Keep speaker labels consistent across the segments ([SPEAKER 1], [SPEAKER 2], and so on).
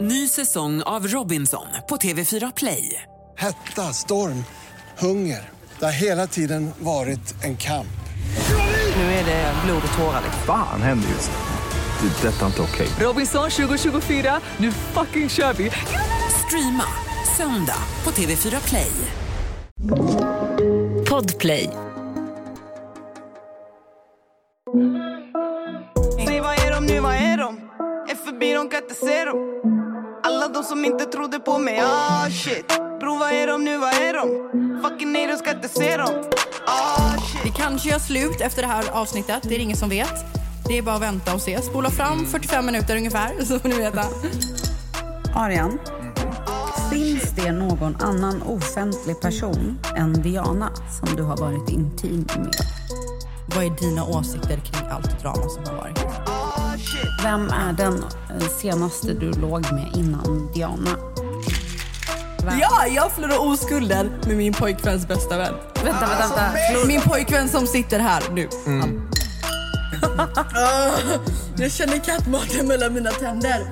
[SPEAKER 1] Ny säsong av Robinson på TV4 Play.
[SPEAKER 2] Hetta, storm, hunger. Det har hela tiden varit en kamp.
[SPEAKER 1] Nu är det blod och tårar.
[SPEAKER 3] Fan händer just nu. Det. är Detta är inte okej.
[SPEAKER 1] Robinson 2024, nu fucking kör vi! Streama söndag på TV4 Play. Podplay.
[SPEAKER 4] Säg vad är de nu, vad är de? Är förbi, de kan inte se dem Alla de som inte trodde på mig, ah shit Bro, vad är de nu, vad är de? Fucking nej, de ska inte se dem Ah shit
[SPEAKER 5] Vi kanske gör slut efter det här avsnittet. Det är det ingen som vet. Det är bara att vänta och se. Spola fram 45 minuter ungefär, så får ni veta.
[SPEAKER 6] Arian, finns det någon annan offentlig person än Diana som du har varit intim med?
[SPEAKER 5] Vad är dina åsikter kring allt drama som har varit?
[SPEAKER 4] Ah,
[SPEAKER 6] Vem är den eh, senaste du låg med innan Diana?
[SPEAKER 5] Ja, jag förlorar oskulden med min pojkväns bästa vän.
[SPEAKER 6] Vänta, vänta, vänta.
[SPEAKER 5] Min pojkvän som sitter här nu.
[SPEAKER 7] Mm.
[SPEAKER 5] Ah, jag känner kattmaten mellan mina tänder.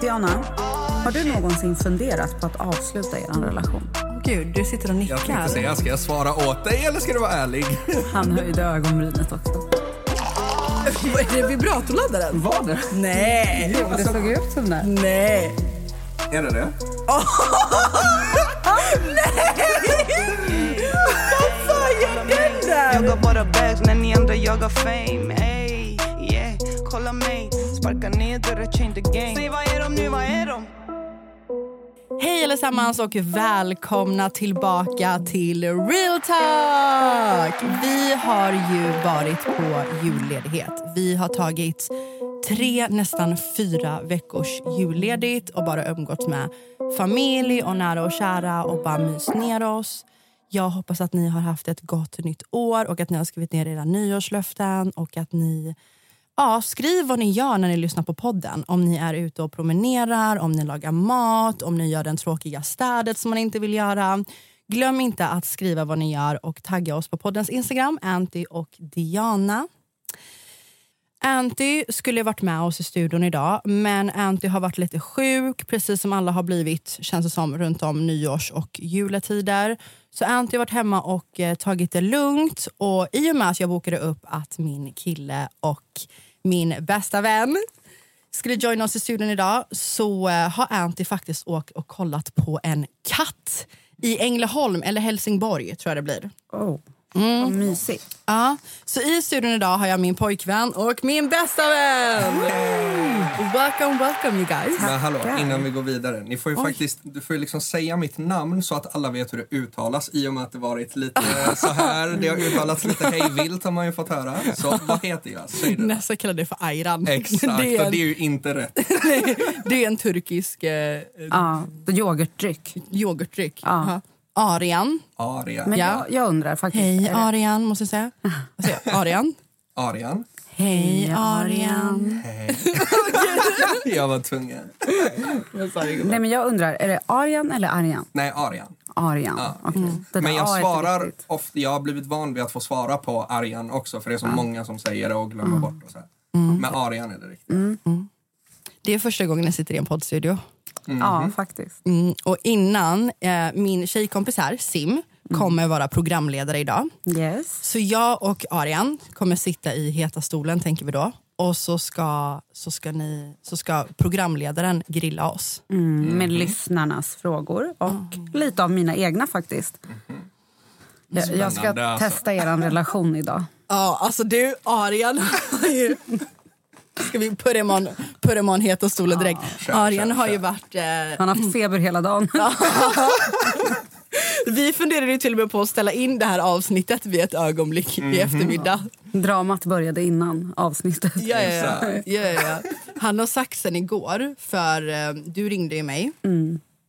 [SPEAKER 6] Diana, har du någonsin funderat på att avsluta er relation?
[SPEAKER 5] Gud, du sitter och nickar.
[SPEAKER 7] Jag tänkte säga, ska jag svara åt dig eller ska du vara ärlig?
[SPEAKER 6] Han höjde ögonbrynet också.
[SPEAKER 5] Vad är det? Vibratorladdaren?
[SPEAKER 7] Var det?
[SPEAKER 5] Nej,
[SPEAKER 6] Jo, det såg ut som
[SPEAKER 5] Mm.
[SPEAKER 6] det.
[SPEAKER 5] nej.
[SPEAKER 7] Är det det?
[SPEAKER 5] Vad fan gör den där?
[SPEAKER 4] Jagar bara bags när ni andra jagar fame Ey, yeah, kolla mig Sparka ner dörrar, change the game Säg vad är de nu, vad är de?
[SPEAKER 5] Hej allesammans och välkomna tillbaka till Real Talk! Vi har ju varit på julledighet. Vi har tagit tre, nästan fyra veckors julledigt och bara umgåtts med familj och nära och kära och bara mys ner oss. Jag hoppas att ni har haft ett gott nytt år och att ni har skrivit ner era nyårslöften och att ni Ja, skriv vad ni gör när ni lyssnar på podden. Om ni är ute och promenerar, om ni lagar mat, om ni gör den tråkiga städet som man inte vill göra. Glöm inte att skriva vad ni gör och tagga oss på poddens Instagram, Anty och Diana. Anty skulle varit med oss i studion idag, men Anty har varit lite sjuk, precis som alla har blivit, känns det som, runt om nyårs och juletider. Så Anty har varit hemma och eh, tagit det lugnt och i och med att jag bokade upp att min kille och min bästa vän skulle joina oss i studion idag så eh, har Anty faktiskt åkt och kollat på en katt i Ängelholm, eller Helsingborg tror jag det blir.
[SPEAKER 6] Oh. Vad mysigt.
[SPEAKER 5] Ja, så i studion idag har jag min pojkvän och min bästa vän! Welcome, welcome you guys!
[SPEAKER 7] Men hallå,
[SPEAKER 6] Tackar.
[SPEAKER 7] innan vi går vidare. Ni får ju faktiskt, du får ju liksom säga mitt namn så att alla vet hur det uttalas i och med att det varit lite eh, så här. Det har uttalats lite hejvilt har man ju fått höra. Så vad heter jag? Säg det.
[SPEAKER 5] Nästa kallar det för Ayran.
[SPEAKER 7] Exakt,
[SPEAKER 5] det, är
[SPEAKER 7] och
[SPEAKER 5] en,
[SPEAKER 7] det är ju inte rätt.
[SPEAKER 5] det är en turkisk eh,
[SPEAKER 6] Ja, yoghurtdryck.
[SPEAKER 5] yoghurtdryck. Ja. Arian.
[SPEAKER 7] Aria.
[SPEAKER 6] Men
[SPEAKER 5] Ja.
[SPEAKER 6] jag, jag undrar faktiskt.
[SPEAKER 5] Hej
[SPEAKER 6] är det-
[SPEAKER 5] Arian, måste jag säga. Vad säger jag? Arian.
[SPEAKER 7] Arian.
[SPEAKER 5] Hej Arian.
[SPEAKER 7] Jag var tvungen.
[SPEAKER 6] Nej, men jag undrar, är det Arian eller Arian?
[SPEAKER 7] Nej, Arian.
[SPEAKER 6] Arian. Okej. Det där
[SPEAKER 7] Mm. Men jag
[SPEAKER 6] A är inte
[SPEAKER 7] svarar
[SPEAKER 6] riktigt.
[SPEAKER 7] ofta, jag har blivit van vid att få svara på Arjan också för det är så många som säger det och
[SPEAKER 6] Mm.
[SPEAKER 7] glömmer bort och så här. Men Arjan är det riktigt.
[SPEAKER 5] Det är första gången jag sitter i en poddstudio.
[SPEAKER 7] Mhm.
[SPEAKER 6] Ja, faktiskt.
[SPEAKER 5] Mm, och innan eh, min tjejkompis här, Sim, kommer vara programledare idag.
[SPEAKER 6] Yes.
[SPEAKER 5] Så jag och Arian kommer sitta i heta stolen tänker vi då. Och så ska, så ska, ni, så ska programledaren grilla oss.
[SPEAKER 6] Mm, med lyssnarnas frågor och lite av mina egna faktiskt. Jag, jag ska
[SPEAKER 7] Mhm. Spännande, alltså.
[SPEAKER 6] testa er relation idag.
[SPEAKER 5] Ja, alltså du Arian har ju... Ska vi put him on, put him on heta stolen direkt?
[SPEAKER 7] kör,
[SPEAKER 5] Arian
[SPEAKER 7] kör,
[SPEAKER 5] har ju
[SPEAKER 7] kör.
[SPEAKER 5] varit... Eh,
[SPEAKER 6] Han har haft feber hela dagen.
[SPEAKER 5] vi funderade ju till och med på att ställa in det här avsnittet vid ett ögonblick i eftermiddag.
[SPEAKER 6] Dramat började innan avsnittet.
[SPEAKER 5] Ja, ja, ja. ja, ja, ja. Han har sagt sen igår, för eh, du ringde ju mig.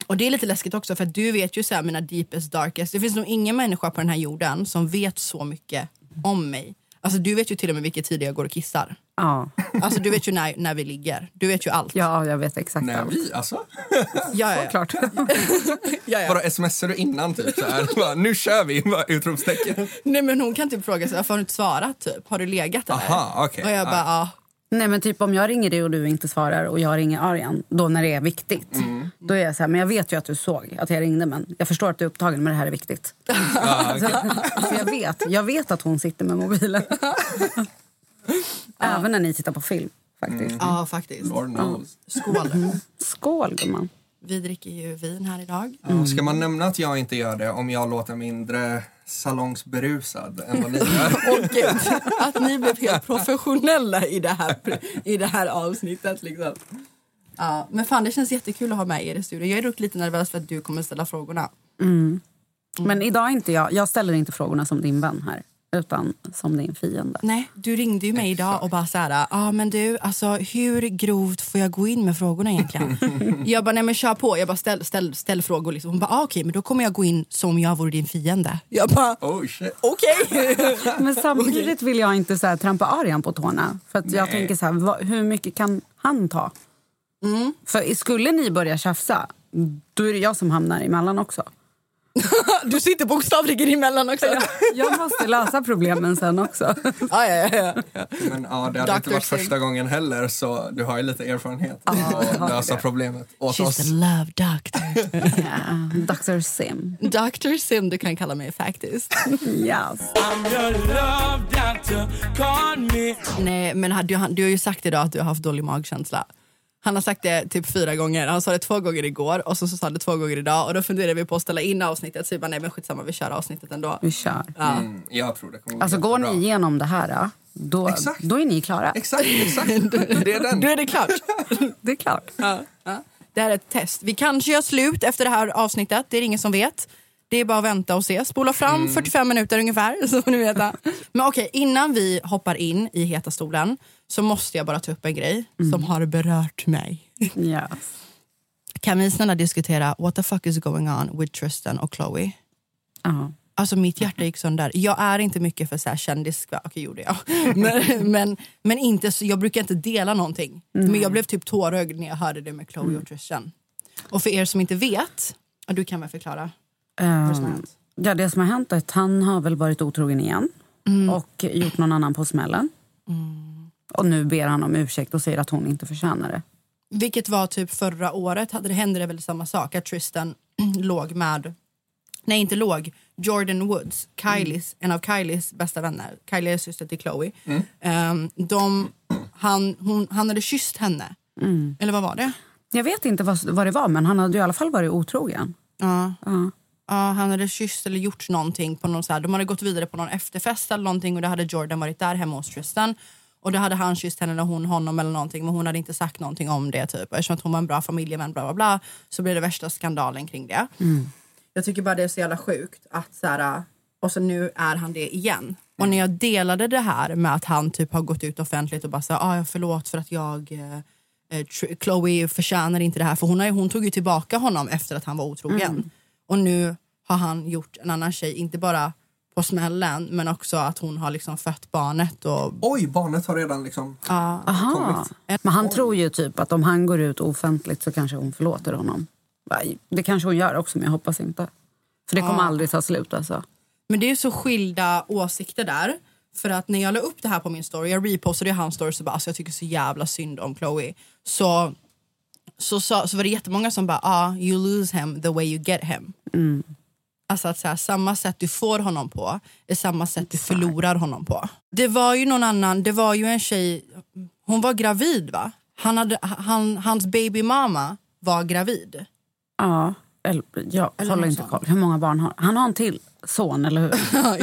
[SPEAKER 5] Och det är lite läskigt också för att du vet ju så här, mina deepest darkest. Det finns nog ingen människa på den här jorden som vet så mycket om mig. Alltså du vet ju till och med vilken tid jag går och kissar.
[SPEAKER 6] Ja,
[SPEAKER 5] Alltså du vet ju när, när vi ligger. Du vet ju allt.
[SPEAKER 6] ja jag vet exakt
[SPEAKER 7] Nej,
[SPEAKER 6] allt.
[SPEAKER 7] vi alltså?
[SPEAKER 5] ja, ja, ja.
[SPEAKER 6] Klart.
[SPEAKER 5] ja, ja.
[SPEAKER 7] Bara smsar du innan typ så här? Bara, nu kör vi! Bara, utropstecken.
[SPEAKER 5] Nej men hon kan typ fråga sig varför har du inte svarat typ? Har du legat eller?
[SPEAKER 7] Aha, okej.
[SPEAKER 5] Och jag bara ja.
[SPEAKER 6] Nej men typ om jag ringer dig och du inte svarar och jag ringer Arjan, då när det är viktigt.
[SPEAKER 7] Mm.
[SPEAKER 6] Då är jag så här, men jag vet ju att du såg att jag ringde men jag förstår att du är upptagen men det här är viktigt.
[SPEAKER 7] Ja, okej.
[SPEAKER 6] Så Alltså, jag vet, jag vet att hon sitter med mobilen. Även när ni tittar på film faktiskt.
[SPEAKER 5] Ja, faktiskt.
[SPEAKER 7] Lord knows.
[SPEAKER 5] Skål.
[SPEAKER 6] Skål gumman.
[SPEAKER 5] Vi dricker ju vin här idag.
[SPEAKER 6] Mm.
[SPEAKER 7] Ja, Ska man nämna att jag inte gör det om jag låter mindre salongsberusad än vad ni gör?
[SPEAKER 5] Och gud, att ni blev helt professionella i det här, i det här avsnittet. Liksom. Ja, men fan, det känns jättekul att ha med er i studion. Jag är dock lite nervös för att du kommer ställa frågorna.
[SPEAKER 6] Men idag är inte jag, jag ställer inte frågorna som din vän här utan som din fiende.
[SPEAKER 5] Nej, du ringde ju mig idag och bara så här, ja ah, men du, alltså hur grovt får jag gå in med frågorna egentligen? jag bara, nej men kör på, jag bara ställ, ställ, ställ frågor liksom. Hon bara, ah, okej, men då kommer jag gå in som jag vore din fiende. Jag bara,
[SPEAKER 7] Oh shit.
[SPEAKER 5] okej.
[SPEAKER 6] Men samtidigt vill jag inte så här, trampa Arjan på tårna. För att jag
[SPEAKER 7] Nej.
[SPEAKER 6] tänker så här, vad, hur mycket kan han ta? För skulle ni börja tjafsa, då är det jag som hamnar emellan också.
[SPEAKER 5] du sitter bokstavligen emellan också. ja,
[SPEAKER 6] Jag måste lösa problemen sen också.
[SPEAKER 5] ja, ja, ja.
[SPEAKER 7] Men ja, det hade inte
[SPEAKER 5] Dr.
[SPEAKER 7] varit
[SPEAKER 5] Sing.
[SPEAKER 7] första gången heller så du har ju lite erfarenhet av
[SPEAKER 6] har
[SPEAKER 7] att lösa
[SPEAKER 6] det.
[SPEAKER 7] problemet åt
[SPEAKER 5] She's the
[SPEAKER 7] oss.
[SPEAKER 5] love doctor.
[SPEAKER 6] Ja, Dr Sim.
[SPEAKER 5] Dr Sim, du kan kalla mig faktiskt.
[SPEAKER 6] Yes.
[SPEAKER 5] Nej, men hade ju- du har ju sagt idag att du har haft dålig magkänsla. Han har sagt det typ fyra gånger. Han sa det två gånger igår och så, så sa han det två gånger idag. Och då funderade vi på att ställa in avsnittet. Så vi bara, nej men skitsamma, vi kör avsnittet ändå.
[SPEAKER 6] Vi kör.
[SPEAKER 7] Mm, jag tror det kommer gå
[SPEAKER 6] Alltså går ni
[SPEAKER 7] jättebra.
[SPEAKER 6] igenom det här, då,
[SPEAKER 7] Exakt.
[SPEAKER 6] då är ni klara.
[SPEAKER 7] Exakt, exakt. Det är den.
[SPEAKER 5] Då är det klart.
[SPEAKER 6] Det är klart.
[SPEAKER 5] Det här är ett test. Vi kanske gör slut efter det här avsnittet. Det är det ingen som vet. Det är bara att vänta och se. Spola fram 45 minuter ungefär så får ni veta. Men okej, innan vi hoppar in i heta stolen så måste jag bara ta upp en grej som har berört mig.
[SPEAKER 6] Yes.
[SPEAKER 5] Kan vi snälla diskutera what the fuck is going on with Tristan och Chloe?
[SPEAKER 6] Ja.
[SPEAKER 5] Alltså mitt hjärta gick sönder. Jag är inte mycket för så här kändis... Okej, gjorde jag. Men, men, men inte, så- jag brukar inte dela någonting. Men jag blev typ tårögd när jag hörde det med Chloe och Tristan. Och för er som inte vet, ja, du kan väl förklara vad som har hänt?
[SPEAKER 6] Ja, det som har hänt är att han har väl varit otrogen igen och gjort någon annan på smällen. Och nu ber han om ursäkt och säger att hon inte förtjänar det.
[SPEAKER 5] Vilket var typ förra året, hade det hände det väl samma sak att Tristan låg med, nej inte låg, Jordan Woods, Kylies, en av Kylies bästa vänner. Kylie är syster till Chloe. Ehm, de, han, hon, han hade kysst henne. Eller vad var det?
[SPEAKER 6] Jag vet inte vad, vad det var, men han hade ju i alla fall varit otrogen.
[SPEAKER 5] Ja. Ja, han hade kysst eller gjort någonting. På någon så här. De hade gått vidare på någon efterfest eller någonting och då hade Jordan varit där hemma hos Tristan. Och då hade han kysst henne eller hon honom eller någonting men hon hade inte sagt någonting om det typ. Eftersom att hon var en bra familjevän bla bla bla så blev det värsta skandalen kring det. Jag tycker bara det är så jävla sjukt att så här, och så nu är han det igen. Och när jag delade det här med att han typ har gått ut offentligt och bara sa ah, jag förlåt för att jag eh, eh, Tr- Chloe förtjänar inte det här för hon, har, ju- hon tog ju tillbaka honom efter att han var otrogen. Och nu har han gjort en annan tjej, inte bara på smällen men också att hon har liksom fött barnet och
[SPEAKER 7] Oj, barnet har redan liksom
[SPEAKER 6] Aha.
[SPEAKER 7] kommit.
[SPEAKER 6] Men han tror ju typ att om han går ut offentligt så kanske hon förlåter honom. Nej, Det kanske hon gör också, men jag hoppas inte. För det kommer aldrig ta slut. Alltså.
[SPEAKER 5] Men det är så skilda åsikter där. För att när jag la upp det här på min story, jag repostade ju hans story så bara alltså jag tycker så jävla synd om Chloe. Så, så, så, så var det jättemånga som bara ah, you lose him the way you get him. Alltså att så här, samma sätt du får honom på är samma sätt du förlorar honom på. Det var ju någon annan, det var ju en tjej, hon var gravid va? Han hade, han, hans baby mama var gravid.
[SPEAKER 6] Ja, eller, jag håller
[SPEAKER 5] något
[SPEAKER 6] inte
[SPEAKER 5] sånt.
[SPEAKER 6] koll. Hur många barn har han? har en till son, eller hur?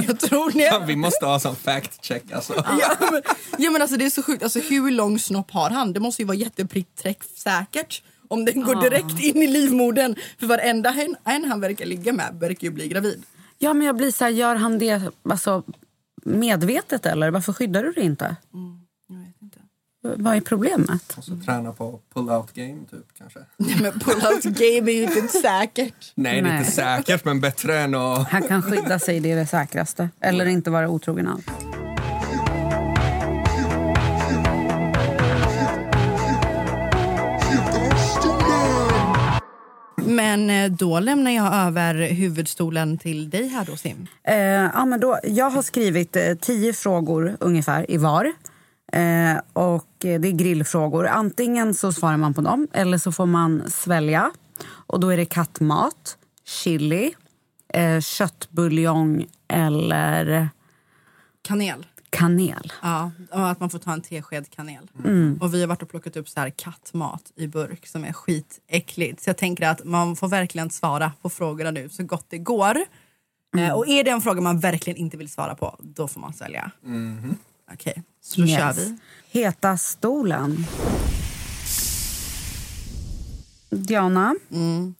[SPEAKER 5] jag tror ni
[SPEAKER 7] Vi måste ha sån fact check alltså.
[SPEAKER 5] Ja men, ja, men alltså, det är så sjukt. Alltså, hur lång snopp har han? Det måste ju vara jättepriträffsäkert om den går direkt in i livmodern. För varenda en, en han verkar ligga med verkar ju bli gravid.
[SPEAKER 6] Ja, men jag blir så här, gör han det alltså, medvetet eller varför skyddar du det inte? V- Vad är problemet?
[SPEAKER 7] Och så träna på pull-out game typ kanske.
[SPEAKER 5] Nej, men pull-out game är ju inte säkert.
[SPEAKER 7] Nej, det är
[SPEAKER 6] Nej.
[SPEAKER 7] inte säkert men bättre än att...
[SPEAKER 6] Han kan skydda sig, det är det säkraste. Eller inte vara otrogen alls.
[SPEAKER 5] Men eh, då lämnar jag över huvudstolen till dig här då Sim.
[SPEAKER 6] Eh, ja, men då, jag har skrivit eh, tio frågor ungefär i var. Eh, och eh, det är grillfrågor. Antingen så svarar man på dem eller så får man svälja. Och då är det kattmat, chili, eh, köttbuljong eller
[SPEAKER 5] Kanel.
[SPEAKER 6] kanel.
[SPEAKER 5] Ja, och att man får ta en tesked kanel. Och vi har varit och plockat upp så här kattmat i burk som är skitäckligt. Så jag tänker att man får verkligen svara på frågorna nu så gott det går. Eh, och är det en fråga man verkligen inte vill svara på, då får man svälja. Okej, så då kör vi.
[SPEAKER 6] Heta stolen. Diana,
[SPEAKER 5] Mm.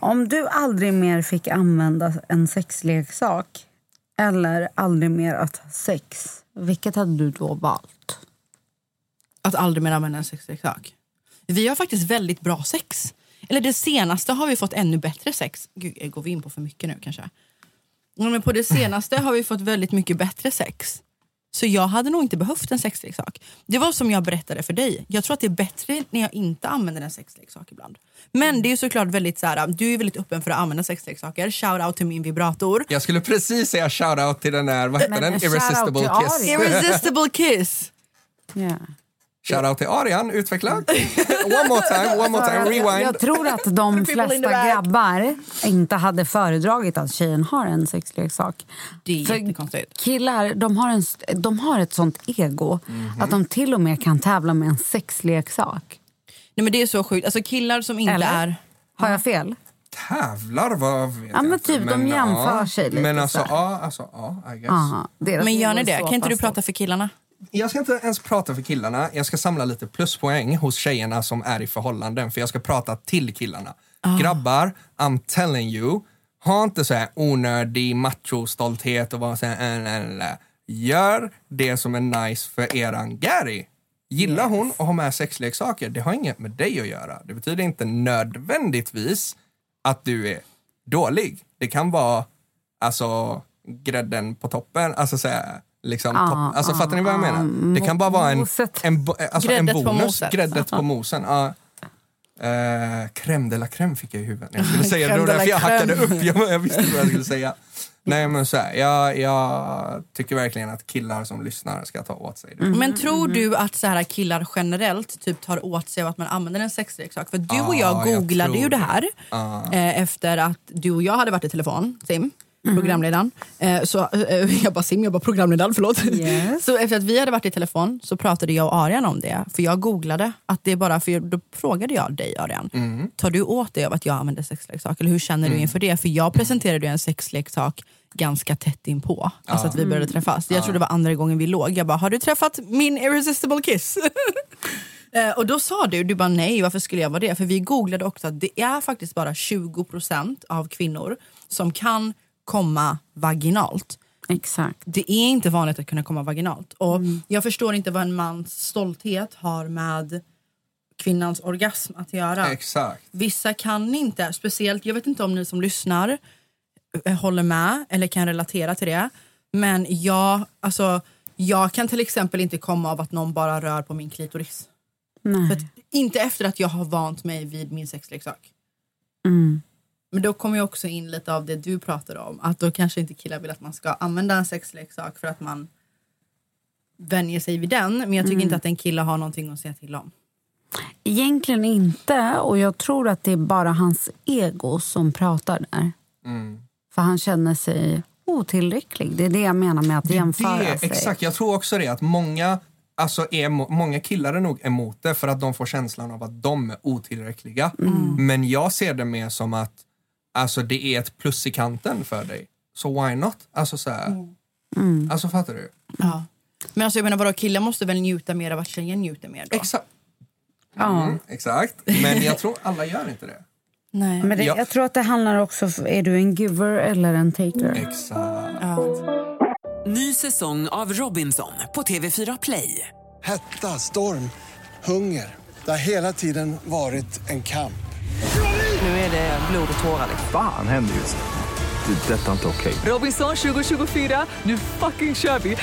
[SPEAKER 6] om du aldrig mer fick använda en sexleksak eller aldrig mer att ha sex, vilket hade du då valt?
[SPEAKER 5] Att aldrig mer använda en sexleksak. Vi har faktiskt väldigt bra sex. Eller det senaste har vi fått ännu bättre sex. Gud, går vi in på för mycket nu kanske? Ja, Men på det senaste har vi fått väldigt mycket bättre sex. Så jag hade nog inte behövt en sexleksak. Det var som jag berättade för dig. Jag tror att det är bättre när jag inte använder en sexleksak ibland. Men det är ju såklart väldigt så här, du är väldigt öppen för att använda sexleksaker. Shout out till min vibrator.
[SPEAKER 7] Jag skulle precis säga shoutout till den där, vad heter
[SPEAKER 6] Men
[SPEAKER 7] den?
[SPEAKER 6] en shoutout
[SPEAKER 7] Irresistible
[SPEAKER 6] till
[SPEAKER 7] kiss.
[SPEAKER 6] Ari.
[SPEAKER 5] Irresistible kiss!
[SPEAKER 6] Ja.
[SPEAKER 7] Shoutout till Arian, utveckla. one more time, one more time, rewind.
[SPEAKER 6] Jag tror att
[SPEAKER 5] People
[SPEAKER 6] de
[SPEAKER 5] in the
[SPEAKER 6] flesta
[SPEAKER 5] back.
[SPEAKER 6] grabbar inte hade föredragit att tjejen har en sexleksak.
[SPEAKER 5] Det är
[SPEAKER 6] För
[SPEAKER 5] jättekonstigt.
[SPEAKER 6] Killar de har, en, st- de har ett sånt ego att de till och med kan tävla med en sexleksak.
[SPEAKER 5] Nej, men det är så sjukt. Alltså killar som inte
[SPEAKER 6] Eller?
[SPEAKER 5] är...
[SPEAKER 6] Har jag fel?
[SPEAKER 7] Tävlar vad vet jag
[SPEAKER 6] men
[SPEAKER 7] inte.
[SPEAKER 6] typ, de jämför
[SPEAKER 7] ja.
[SPEAKER 6] sig lite
[SPEAKER 7] Men alltså,
[SPEAKER 6] så här.
[SPEAKER 7] ja, alltså, ja, I guess.
[SPEAKER 6] Aha, Ah, deras
[SPEAKER 5] Men gör
[SPEAKER 6] ego
[SPEAKER 5] ni
[SPEAKER 6] är
[SPEAKER 5] det?
[SPEAKER 6] Alltså, så
[SPEAKER 5] Kan inte du
[SPEAKER 6] pass
[SPEAKER 5] prata för killarna?
[SPEAKER 7] Jag ska inte ens prata för killarna, jag ska samla lite pluspoäng hos tjejerna som är i förhållanden för jag ska prata till killarna. Grabbar, I'm telling you, ha inte så här onödig machostolthet och vara så här, äh, äh, äh. Gör det som är nice för eran Gary. Gillar hon att ha med sexleksaker, det har inget med dig att göra. Det betyder inte nödvändigtvis att du är dålig. Det kan vara alltså grädden på toppen, alltså så här, liksom,
[SPEAKER 5] Ah,
[SPEAKER 7] topp, alltså fattar ni vad jag menar? Det kan bara vara en,
[SPEAKER 6] moset.
[SPEAKER 7] en, bo- eh, alltså, en
[SPEAKER 5] Gräddet på
[SPEAKER 7] bonus,
[SPEAKER 5] moset.
[SPEAKER 7] gräddet på mosen. Ja. Eh, crème de la crème fick jag i huvudet när jag skulle säga det, det, var
[SPEAKER 5] Crème de la
[SPEAKER 7] därför jag hackade
[SPEAKER 5] crème.
[SPEAKER 7] upp, jag, jag visste vad jag skulle säga. Nej men så här, jag, jag tycker verkligen att killar som lyssnar ska ta åt sig det.
[SPEAKER 5] Men tror du att så här killar generellt typ tar åt sig av att man använder en sexleksak? För du och jag
[SPEAKER 7] Ah, jag
[SPEAKER 5] googlade
[SPEAKER 7] tror
[SPEAKER 5] ju det här
[SPEAKER 7] det. Ah.
[SPEAKER 5] eh, efter att du och jag hade varit i telefon, Sim, programledaren. Eh, så, eh, jag bara Sim, jag bara programledaren, förlåt.
[SPEAKER 6] Yes.
[SPEAKER 5] Så efter att vi hade varit i telefon så pratade jag och Arian om det. För jag googlade att det är bara, för jag, då frågade jag dig Arian, tar du åt dig av att jag använder sexleksak? Eller hur känner du inför det? För jag presenterade ju en sexleksak ganska tätt inpå. Alltså att vi började träffas. Jag tror det var andra gången vi låg. Jag bara, har du träffat min irresistible kiss? Eh, Och då sa du, du bara nej varför skulle jag vara det? För vi googlade också att det är faktiskt bara 20% av kvinnor som kan komma vaginalt.
[SPEAKER 6] Exakt.
[SPEAKER 5] Det är inte vanligt att kunna komma vaginalt. Och jag förstår inte vad en mans stolthet har med kvinnans orgasm att göra.
[SPEAKER 7] Exakt.
[SPEAKER 5] Vissa kan inte, speciellt, jag vet inte om ni som lyssnar eh, håller med eller kan relatera till det. Men jag, alltså, jag kan till exempel inte komma av att någon bara rör på min klitoris. För att, inte efter att jag har vant mig vid min sexleksak. Men då kommer jag också in lite av det du pratar om. Att då kanske inte killar vill att man ska använda en sexleksak för att man vänjer sig vid den. Men jag tycker inte att en kille har någonting att säga till om.
[SPEAKER 6] Egentligen inte. Och jag tror att det är bara hans ego som pratar där.
[SPEAKER 7] Mm.
[SPEAKER 6] För han känner sig otillräcklig. Det är det jag menar med att jämföra
[SPEAKER 7] det,
[SPEAKER 6] sig.
[SPEAKER 7] Exakt, jag tror också det att många, alltså är, mo- många killar är nog emot det för att de får känslan av att de är otillräckliga.
[SPEAKER 6] Mm.
[SPEAKER 7] Men jag ser det mer som att alltså, det är ett plus i kanten för dig. Så why not? Alltså så här.
[SPEAKER 6] Mm.
[SPEAKER 7] Alltså fattar du?
[SPEAKER 5] Ja. Men alltså jag menar vadå, killar måste väl njuta mer av att tjejen njuter mer då?
[SPEAKER 7] Exakt. Mm, exakt, men jag tror alla gör inte det.
[SPEAKER 5] Nej.
[SPEAKER 6] Men det,
[SPEAKER 7] Ja.
[SPEAKER 6] Jag tror att det handlar också om, är du en giver eller en taker?
[SPEAKER 7] Exakt.
[SPEAKER 1] Ny säsong av Robinson på TV4 Play.
[SPEAKER 2] Hetta, storm, hunger. Det har hela tiden varit en kamp.
[SPEAKER 1] Nu är det blod och tårar.
[SPEAKER 8] Fan händer just det. Det är detta inte okej.
[SPEAKER 1] Robinson 2024, nu fucking kör vi!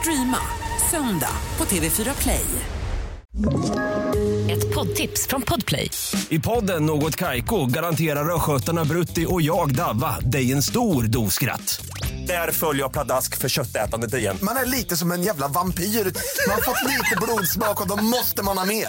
[SPEAKER 1] Streama söndag på TV4 Play.
[SPEAKER 9] Ett poddtips från Podplay.
[SPEAKER 10] I podden Något Kaiko garanterar östgötarna Brutti och jag, Davva, dig en stor dos skratt. Där följer jag pladask för köttätandet igen.
[SPEAKER 2] Man är lite som en jävla vampyr. Man har fått lite blodsmak och då måste man ha mer.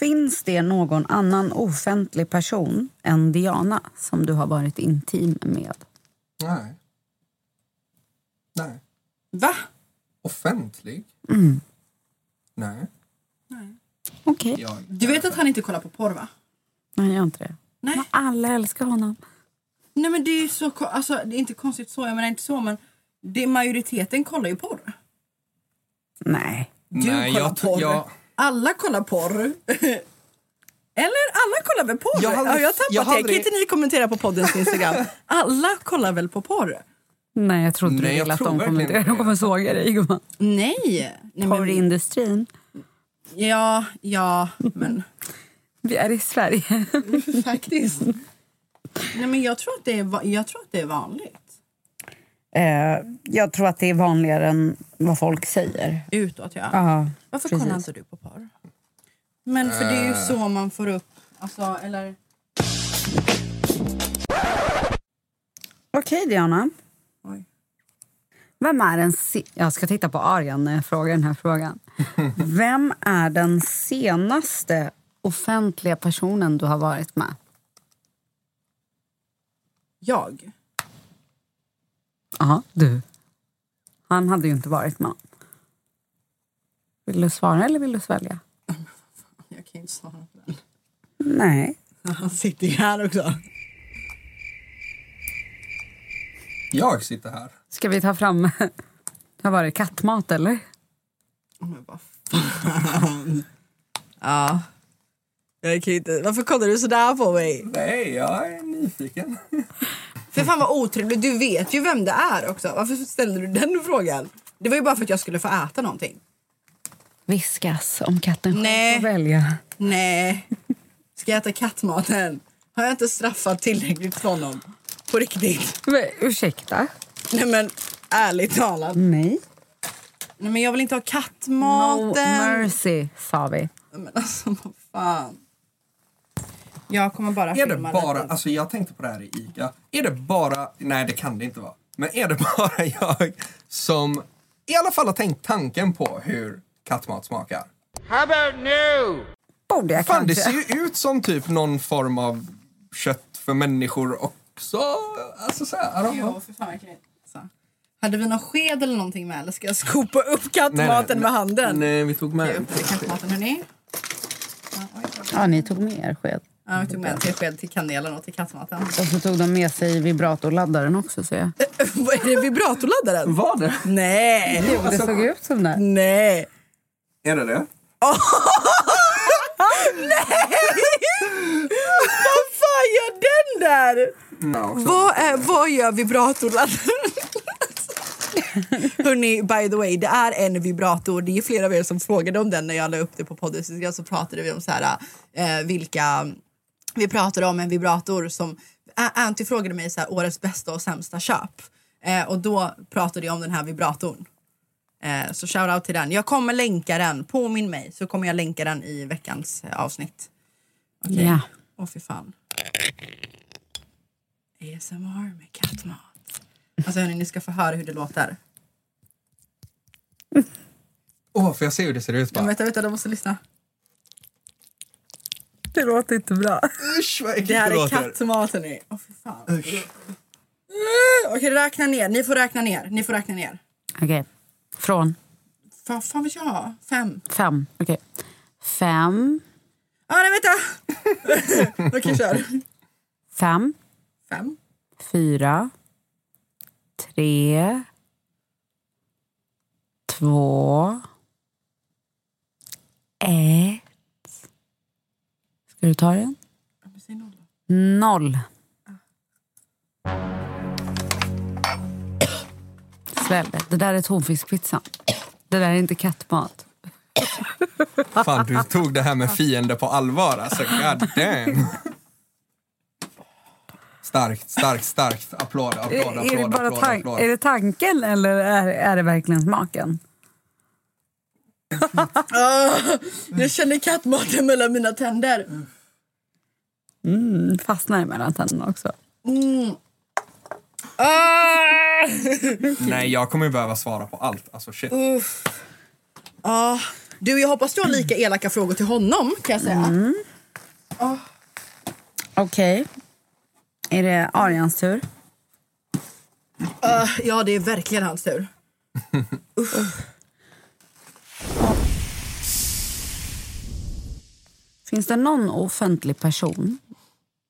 [SPEAKER 6] finns det någon annan offentlig person än Diana som du har varit intim med?
[SPEAKER 7] Nej. Nej.
[SPEAKER 5] Va?
[SPEAKER 7] Offentlig?
[SPEAKER 6] Mm.
[SPEAKER 7] Nej.
[SPEAKER 6] Okej.
[SPEAKER 7] Jag,
[SPEAKER 5] Du vet att han inte kollar på porr va?
[SPEAKER 6] Nej, jag inte det.
[SPEAKER 5] Nej.
[SPEAKER 6] Men alla älskar honom.
[SPEAKER 5] Nej men det är ju så, ko- alltså det är inte konstigt så, jag menar inte så men det, majoriteten kollar ju porr.
[SPEAKER 6] Nej.
[SPEAKER 5] Du
[SPEAKER 7] Nej,
[SPEAKER 5] kollar
[SPEAKER 7] jag tror-
[SPEAKER 5] porr.
[SPEAKER 7] jag-
[SPEAKER 5] Alla kollar porr. Eller alla kollar väl porr?
[SPEAKER 7] Jag
[SPEAKER 5] Jag
[SPEAKER 7] har
[SPEAKER 5] har,
[SPEAKER 7] aldrig-
[SPEAKER 5] jag har tappat
[SPEAKER 7] jag har
[SPEAKER 5] det.
[SPEAKER 7] aldrig-
[SPEAKER 5] Kan inte ni kommentera på poddens Instagram? Alla kollar väl på porr?
[SPEAKER 6] Nej, jag trodde
[SPEAKER 7] Nej,
[SPEAKER 6] du
[SPEAKER 7] jag
[SPEAKER 6] ville att
[SPEAKER 7] tror
[SPEAKER 6] de
[SPEAKER 7] verkligen
[SPEAKER 6] kommenterade.
[SPEAKER 7] inte det.
[SPEAKER 6] De kommer såga dig, gumman.
[SPEAKER 5] Nej. Nej men,
[SPEAKER 6] Porrindustrin.
[SPEAKER 5] ja, ja, men
[SPEAKER 6] Vi är i Sverige.
[SPEAKER 5] faktiskt. Nej men jag tror att det är, va- jag tror att det är vanligt.
[SPEAKER 6] Eh, jag tror att det är vanligare än vad folk säger.
[SPEAKER 5] Utåt ja.
[SPEAKER 6] Ja,
[SPEAKER 5] Varför
[SPEAKER 6] precis.
[SPEAKER 5] kollar inte du på porr? Men för det är ju så man får upp, alltså eller
[SPEAKER 6] Okej, Diana.
[SPEAKER 5] Oj.
[SPEAKER 6] Vem är den se- jag ska titta på Arjan när jag frågar den här frågan. Vem är den senaste offentliga personen du har varit med?
[SPEAKER 5] jag.
[SPEAKER 6] Ja, du. Han hade ju inte varit med. Vill du svara eller vill du svälja?
[SPEAKER 5] Jag kan ju inte svara på den.
[SPEAKER 6] Nej.
[SPEAKER 5] Han sitter ju här också.
[SPEAKER 7] jag sitter här.
[SPEAKER 6] Ska vi ta fram... Vad var det? Kattmat, eller?
[SPEAKER 5] Men vad fan. ja. Jag kan ju inte. Varför kollar du sådär på mig?
[SPEAKER 7] Nej, jag är nyfiken.
[SPEAKER 5] För fan vad otrevligt. Du vet ju vem det är också. Varför ställde du den frågan? Det var ju bara för att jag skulle få äta någonting.
[SPEAKER 6] Viskas om katten själv
[SPEAKER 5] Nej.
[SPEAKER 6] får välja.
[SPEAKER 5] Nej. Ska jag äta kattmaten? Har jag inte straffat tillräckligt för honom? På riktigt.
[SPEAKER 6] Men, ursäkta?
[SPEAKER 5] Nej men ärligt talat.
[SPEAKER 6] Nej.
[SPEAKER 5] Nej men jag vill inte ha
[SPEAKER 6] No
[SPEAKER 5] kattmaten.
[SPEAKER 6] mercy, sa vi.
[SPEAKER 5] men alltså vad fan. Jag kommer bara
[SPEAKER 7] Är det
[SPEAKER 5] filma
[SPEAKER 7] bara,
[SPEAKER 5] lite.
[SPEAKER 7] alltså jag tänkte på det här i ICA. Är det bara, nej det kan det inte vara. Men är det bara jag som i alla fall har tänkt tanken på hur kattmat smakar?
[SPEAKER 6] Borde jag
[SPEAKER 7] Fan, det
[SPEAKER 6] kanske?
[SPEAKER 7] ser ju ut som typ någon form av kött för människor också. Alltså så här, I don't know.
[SPEAKER 5] Jo, för fan vad äckligt. Så. Hade vi någon sked eller någonting med eller ska jag skopa upp kattmaten med handen?
[SPEAKER 7] Nej, vi tog med.
[SPEAKER 5] Upp till kattmaten hörni.
[SPEAKER 6] Ja, ni tog med er sked.
[SPEAKER 5] Ja, vi tog med en tesked till kanelen och till kattmaten.
[SPEAKER 6] Och så tog de med sig vibratorladdaren också, ser jag.
[SPEAKER 5] Vad är det vibratorladdaren?
[SPEAKER 7] Var det?
[SPEAKER 5] Nej!
[SPEAKER 6] Det såg ut som det.
[SPEAKER 5] Nej!
[SPEAKER 7] Är det det?
[SPEAKER 5] Vad fan gör den där?
[SPEAKER 7] No.
[SPEAKER 5] Vad, är, vad gör vibratorladdaren? Hörni, by the way, det är en vibrator. Det är flera av er som frågade om den när jag la upp det på podden. Så jag- Så pratade vi om så här, eh, vilka... Vi pratade om en vibrator som... Ä- Anty frågade mig så här, årets bästa och sämsta köp. Eh, och då pratade jag om den här vibratorn. Eh, så shoutout till den. Jag kommer länka den. Påminn mig så kommer jag länka den i veckans eh, avsnitt. Okej.
[SPEAKER 6] Ja.
[SPEAKER 5] Åh fy fan. ASMR med kattmat. Alltså hörni, ni ska få höra hur det låter.
[SPEAKER 7] Åh, får jag se hur det ser ut
[SPEAKER 5] Men
[SPEAKER 7] bara?
[SPEAKER 5] vänta, vänta, du måste lyssna.
[SPEAKER 6] Det låter inte bra.
[SPEAKER 7] Usch, vad äckligt
[SPEAKER 5] Det här är
[SPEAKER 7] låter.
[SPEAKER 5] kattmat hörni. Åh fy fan. Eh, Okej, räkna ner. Ni får räkna ner. Ni får räkna ner.
[SPEAKER 6] Okej. Från
[SPEAKER 5] Vad fan vet jag? Fem.
[SPEAKER 6] fem. Okej. Fem,
[SPEAKER 5] Ja, ah, nej vänta! Okej, kör.
[SPEAKER 6] fem,
[SPEAKER 5] Fem.
[SPEAKER 6] fyra, tre, två, ett. Ska du ta den?
[SPEAKER 5] Säg noll då.
[SPEAKER 6] Noll. Svälj det. Det där är tonfiskpizzan. Det där är inte kattmat.
[SPEAKER 7] Fan, du tog det här med fiende på allvar alltså. God damn. Starkt, starkt, starkt. Applåd, applåd,
[SPEAKER 6] Är,
[SPEAKER 7] applåd.
[SPEAKER 6] är, det bara
[SPEAKER 7] applåd,
[SPEAKER 6] tan-
[SPEAKER 7] applåd.
[SPEAKER 6] är det tanken eller är, är det verkligen smaken?
[SPEAKER 5] Jag känner kattmaten mellan mina tänder.
[SPEAKER 6] Mm, fastnar mellan tänderna också.
[SPEAKER 5] Mm. Ah!
[SPEAKER 7] Nej, jag kommer ju behöva svara på allt. Alltså shit.
[SPEAKER 6] Mm.
[SPEAKER 5] Uff. Ja. Ah. Du, jag hoppas du har lika elaka frågor till honom kan jag säga. Ah.
[SPEAKER 6] Okej. Är det Arians tur?
[SPEAKER 5] Ah, ja, det är verkligen hans tur. Uff.
[SPEAKER 6] Finns det någon offentlig person?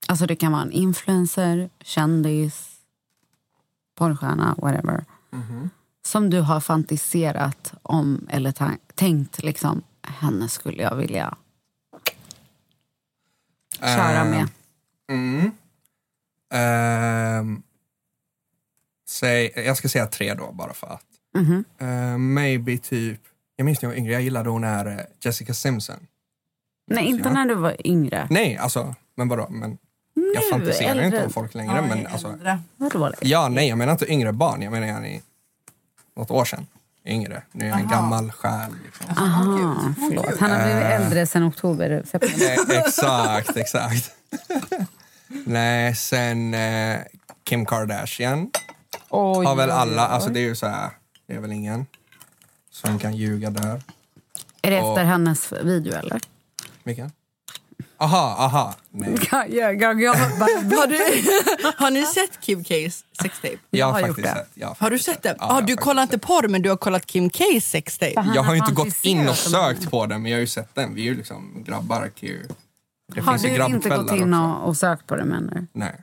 [SPEAKER 6] Alltså det kan vara en influencer, kändis, porrstjärna, whatever.
[SPEAKER 7] Mhm.
[SPEAKER 6] Som du har fantiserat om eller ta- tänkt liksom, henne skulle jag vilja köra
[SPEAKER 7] Eh,
[SPEAKER 6] med.
[SPEAKER 7] Mm. Ehm, säg, jag ska säga tre då bara för att.
[SPEAKER 6] Mhm.
[SPEAKER 7] Eh, maybe typ, jag minns när jag var yngre, jag gillade hon här eh, Jessica Simpson.
[SPEAKER 6] Nej, inte när du var yngre.
[SPEAKER 7] Nej, alltså, men vadå? Men, jag fantiserar ju inte om folk längre. men, alltså,
[SPEAKER 6] Vadå? det?
[SPEAKER 7] ja, nej, jag menar inte yngre barn, jag menar jag är något år sedan. Yngre, nu är jag en gammal själ. Liksom.
[SPEAKER 6] Aha, Ah, förlåt. Han har blivit äldre sen oktober. september.
[SPEAKER 7] Eh, exakt, exakt. Nej, sen eh, Kim Kardashian.
[SPEAKER 6] Oj,
[SPEAKER 7] har väl
[SPEAKER 6] oj,
[SPEAKER 7] alla,
[SPEAKER 6] oj.
[SPEAKER 7] alltså det är ju så här, det är väl ingen som kan ljuga där.
[SPEAKER 6] Är det
[SPEAKER 7] och-
[SPEAKER 6] efter hennes video eller?
[SPEAKER 7] Vilken? Aha, aha. Nej.
[SPEAKER 6] Jag, jag, jag
[SPEAKER 5] har, du, har ni sett Kim K's sextape?
[SPEAKER 7] Jag har
[SPEAKER 5] gjort
[SPEAKER 7] faktiskt sett. Jag har
[SPEAKER 5] Har du
[SPEAKER 7] faktiskt
[SPEAKER 5] sett det?
[SPEAKER 7] Ja,
[SPEAKER 5] ah,
[SPEAKER 7] jag
[SPEAKER 5] du
[SPEAKER 7] har
[SPEAKER 5] kollar inte porr men du har kollat Kim K's sextape?
[SPEAKER 7] Jag har ju inte
[SPEAKER 6] Han har
[SPEAKER 7] gått in och
[SPEAKER 6] fantiserat om
[SPEAKER 7] sökt på den, men jag har ju sett den. Vi är ju liksom grabbar. Q. Det
[SPEAKER 6] Har
[SPEAKER 7] finns ju
[SPEAKER 6] du inte gått
[SPEAKER 7] grabbkvällar
[SPEAKER 6] in
[SPEAKER 7] också.
[SPEAKER 6] och, och sökt på det menar du?
[SPEAKER 7] Nej.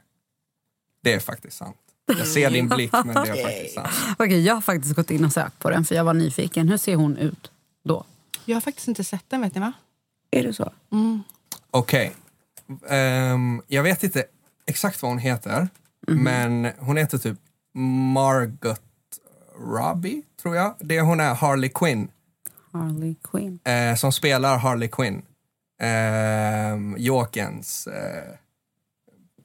[SPEAKER 7] Det är faktiskt sant. Jag ser din blick, men det är faktiskt sant.
[SPEAKER 6] Okej, jag har faktiskt gått in och sökt på den för jag var nyfiken. Hur ser hon ut då?
[SPEAKER 5] Jag har faktiskt inte sett den vet ni va?
[SPEAKER 6] Är det så?
[SPEAKER 7] Okej. Ehm, jag vet inte exakt vad hon heter, men hon heter typ Margot Robbie, tror jag. Det är hon är Harley Quinn,
[SPEAKER 6] Harley Quinn.
[SPEAKER 7] eh, som spelar Harley Quinn. Ehm, Jokerns eh,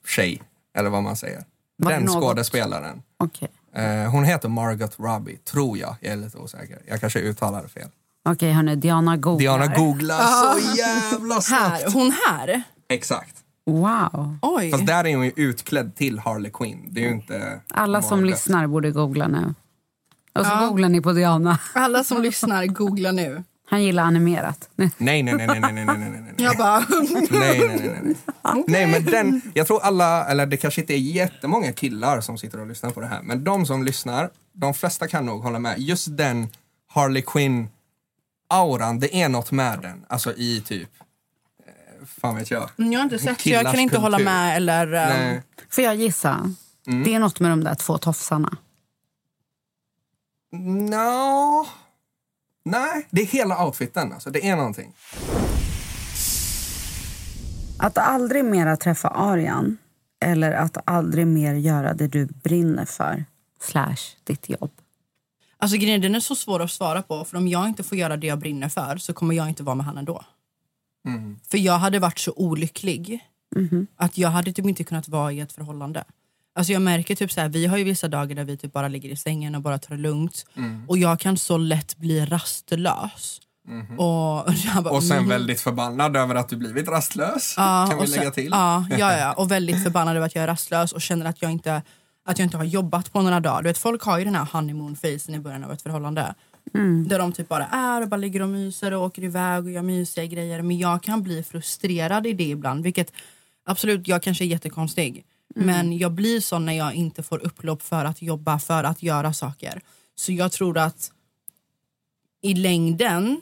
[SPEAKER 7] tjej, eller vad man säger.
[SPEAKER 6] Var det
[SPEAKER 7] Den
[SPEAKER 6] något?
[SPEAKER 7] skådespelaren.
[SPEAKER 6] Okej.
[SPEAKER 7] Eh, hon heter Margot Robbie, tror jag. Jag är lite osäker. Jag kanske uttalar det fel.
[SPEAKER 6] Okej, hörni. Diana googlar.
[SPEAKER 7] Diana googlar
[SPEAKER 6] Ah.
[SPEAKER 7] så jävla snabbt.
[SPEAKER 5] Här, hon här?
[SPEAKER 7] Exakt.
[SPEAKER 6] Wow.
[SPEAKER 5] Oj.
[SPEAKER 7] Fast där är hon ju utklädd till Harley Quinn. Det är ju inte...
[SPEAKER 6] Alla som
[SPEAKER 7] Margot.
[SPEAKER 6] lyssnar borde googla nu. Och så googlar ni på Diana.
[SPEAKER 5] Alla som lyssnar, googla nu.
[SPEAKER 6] Han gillar animerat. Nej.
[SPEAKER 7] Nej, nej, nej, nej, nej, nej, nej, nej, nej.
[SPEAKER 5] Jag bara...
[SPEAKER 7] Nej, nej, nej, nej, nej. nej, men den, jag tror alla, eller det kanske inte är jättemånga killar som sitter och lyssnar på det här, men de som lyssnar, de flesta kan nog hålla med. Just den Harley Quinn-auran, det är något med den. Alltså i typ, eh, fan vet jag.
[SPEAKER 5] jag har inte sett så jag
[SPEAKER 7] Killars
[SPEAKER 5] kan inte hålla
[SPEAKER 7] kultur.
[SPEAKER 5] med eller... eh,
[SPEAKER 7] Nej.
[SPEAKER 6] Får jag gissa?
[SPEAKER 7] Mm.
[SPEAKER 6] Det är något med de där två tofsarna.
[SPEAKER 7] No. Nej, det är hela outfiten alltså. Det är någonting.
[SPEAKER 6] Att aldrig mera träffa Arian eller att aldrig mer göra det du brinner för slash ditt jobb.
[SPEAKER 5] Alltså grejen är, den är så svår att svara på för om jag inte får göra det jag brinner för så kommer jag inte vara med han ändå.
[SPEAKER 7] Mm.
[SPEAKER 5] För jag hade varit så olycklig att jag hade typ inte kunnat vara i ett förhållande. Alltså jag märker typ så här, vi har ju vissa dagar där vi typ bara ligger i sängen och bara tar det lugnt
[SPEAKER 7] Mm.
[SPEAKER 5] och jag kan så lätt bli rastlös. Och, jag bara,
[SPEAKER 7] Mm-hmm. Och sen
[SPEAKER 5] "Mm."
[SPEAKER 7] väldigt förbannad över att du blivit rastlös.
[SPEAKER 5] Ja,
[SPEAKER 7] kan vi
[SPEAKER 5] och sen-
[SPEAKER 7] lägga till.
[SPEAKER 5] Ja, ja, ja, och väldigt förbannad över att jag är rastlös och känner att jag inte, att jag inte har jobbat på några dagar. Du vet, folk har ju den här honeymoon-facen i början av ett förhållande. Där de typ bara är och bara ligger och myser och åker iväg och gör mysiga grejer. Men jag kan bli frustrerad i det ibland. Vilket absolut, jag kanske är jättekonstig. Men jag blir sån när jag inte får upplopp för att jobba, för att göra saker. Så jag tror att i längden,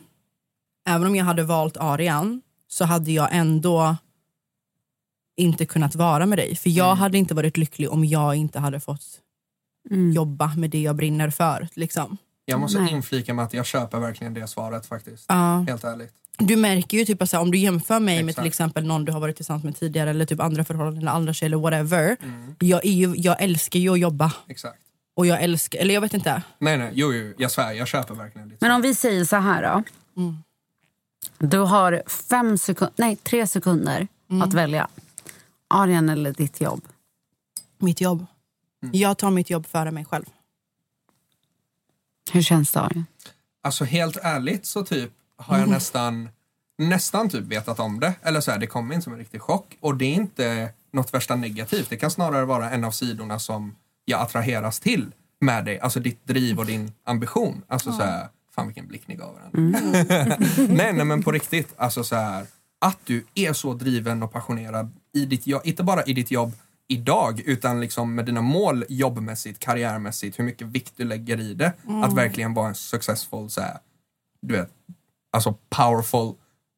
[SPEAKER 5] även om jag hade valt Arian, så hade jag ändå inte kunnat vara med dig. För jag hade inte varit lycklig om jag inte hade fått jobba med det jag brinner för. Liksom.
[SPEAKER 7] Jag måste
[SPEAKER 6] Nej.
[SPEAKER 7] inflika med att jag köper verkligen det svaret faktiskt.
[SPEAKER 5] Ja.
[SPEAKER 7] Helt ärligt.
[SPEAKER 5] Du märker ju typ att så här, om du jämför mig med
[SPEAKER 7] Exakt.
[SPEAKER 5] till exempel någon du har varit tillsammans med tidigare eller typ andra förhållanden eller andra tjejer eller whatever. Jag, är ju, jag älskar ju att jobba
[SPEAKER 7] Exakt.
[SPEAKER 5] och jag älskar, eller jag vet inte.
[SPEAKER 7] Nej, nej, jo, jo, jag svär, jag köper verkligen ditt
[SPEAKER 6] Men
[SPEAKER 7] svar.
[SPEAKER 6] Mm. om vi säger så här då. Du har fem sekund, nej, tre sekunder
[SPEAKER 5] Mm.
[SPEAKER 6] att välja. Arian eller ditt jobb?
[SPEAKER 5] Mitt jobb. Jag tar mitt jobb före mig själv.
[SPEAKER 6] Hur känns det, Arian?
[SPEAKER 7] Alltså helt ärligt så typ har jag
[SPEAKER 6] Mm.
[SPEAKER 7] nästan nästan typ vetat om det. Eller så här, det kom in som en riktig chock. Och det är inte något värsta negativt. Det kan snarare vara en av sidorna som jag attraheras till med dig. Alltså ditt driv och din ambition. Alltså så här, fan vilken blick ni gav varandra. nej, nej men på riktigt. Alltså så här, att du är så driven och passionerad i ditt jobb. Inte bara i ditt jobb idag utan liksom med dina mål jobbmässigt, karriärmässigt, hur mycket vikt du lägger i det.
[SPEAKER 11] Mm.
[SPEAKER 7] Att verkligen vara en successful så här, du vet, alltså powerful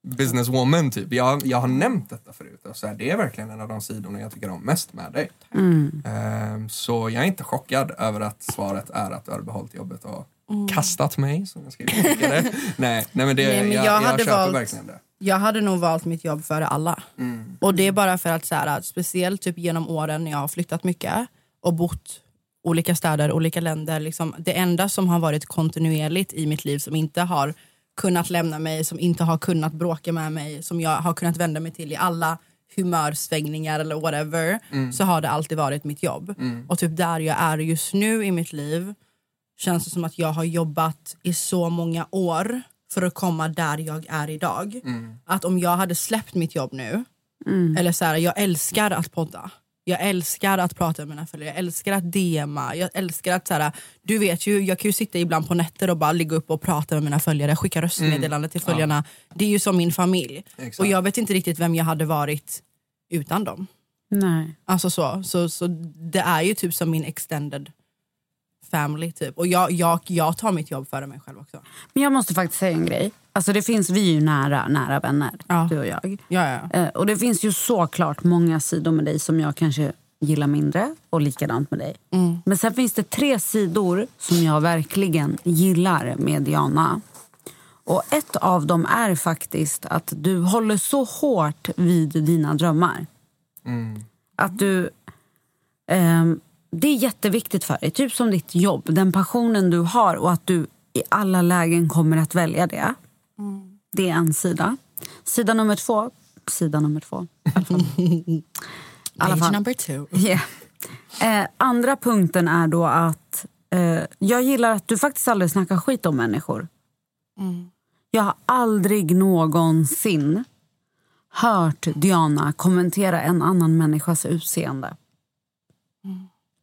[SPEAKER 7] businesswoman typ. Jag, jag har nämnt detta förut. Och så här, det är verkligen en av de sidorna jag tycker om mest med dig.
[SPEAKER 6] Mm.
[SPEAKER 7] Ehm, så jag är inte chockad över att svaret är att du har behållit jobbet och kastat mig. Som jag skrev. i artikeln. nej, nej men det,
[SPEAKER 5] Nej, men
[SPEAKER 7] jag,
[SPEAKER 5] jag
[SPEAKER 7] jag,
[SPEAKER 5] hade
[SPEAKER 7] köper
[SPEAKER 5] valt-
[SPEAKER 7] verkligen det.
[SPEAKER 5] Jag hade nog valt mitt jobb före alla.
[SPEAKER 12] Mm.
[SPEAKER 5] Och det är bara för att så här, att speciellt typ genom åren när jag har flyttat mycket och bott olika städer, olika länder. Liksom, det enda som har varit kontinuerligt i mitt liv som inte har kunnat lämna mig, som inte har kunnat bråka med mig, som jag har kunnat vända mig till i alla humörsvängningar eller whatever,
[SPEAKER 12] Mm.
[SPEAKER 5] så har det alltid varit mitt jobb.
[SPEAKER 12] Mm.
[SPEAKER 5] Och typ där jag är just nu i mitt liv känns det som att jag har jobbat i så många år för att komma där jag är idag. Att om jag hade släppt mitt jobb nu,
[SPEAKER 12] Mm.
[SPEAKER 5] eller så här, jag älskar att podda. Jag älskar att prata med mina följare, jag älskar att DMa, jag älskar att så här, du vet ju, jag kan ju sitta ibland på nätter och bara ligga upp och prata med mina följare, skicka röstmeddelande till
[SPEAKER 12] Mm.
[SPEAKER 5] följarna. Det är ju som min familj.
[SPEAKER 12] Exakt.
[SPEAKER 5] Och jag vet inte riktigt vem jag hade varit utan dem.
[SPEAKER 6] Nej.
[SPEAKER 5] Alltså så, så, så det är ju typ som min extended family typ. Och jag, jag, jag tar mitt jobb före mig själv också.
[SPEAKER 6] Men jag måste faktiskt säga en grej. Alltså det finns, vi är ju nära, nära vänner, du och jag. Eh, och det finns ju såklart många sidor med dig som jag kanske gillar mindre och likadant med dig. Men sen finns det tre sidor som jag verkligen gillar med Diana. Och ett av dem är faktiskt att du håller så hårt vid dina drömmar. Att du... ehm, det är jätteviktigt för dig, typ som ditt jobb, den passionen du har och att du i alla lägen kommer att välja det. Det är en sida. Sida nummer två. Sida nummer två. I alla fall. I alla
[SPEAKER 5] Page
[SPEAKER 6] fall.
[SPEAKER 5] number two.
[SPEAKER 6] Yeah. Eh, andra punkten är då att eh, jag gillar att du faktiskt aldrig snackar skit om människor. Jag har aldrig någonsin hört Diana kommentera en annan människas utseende.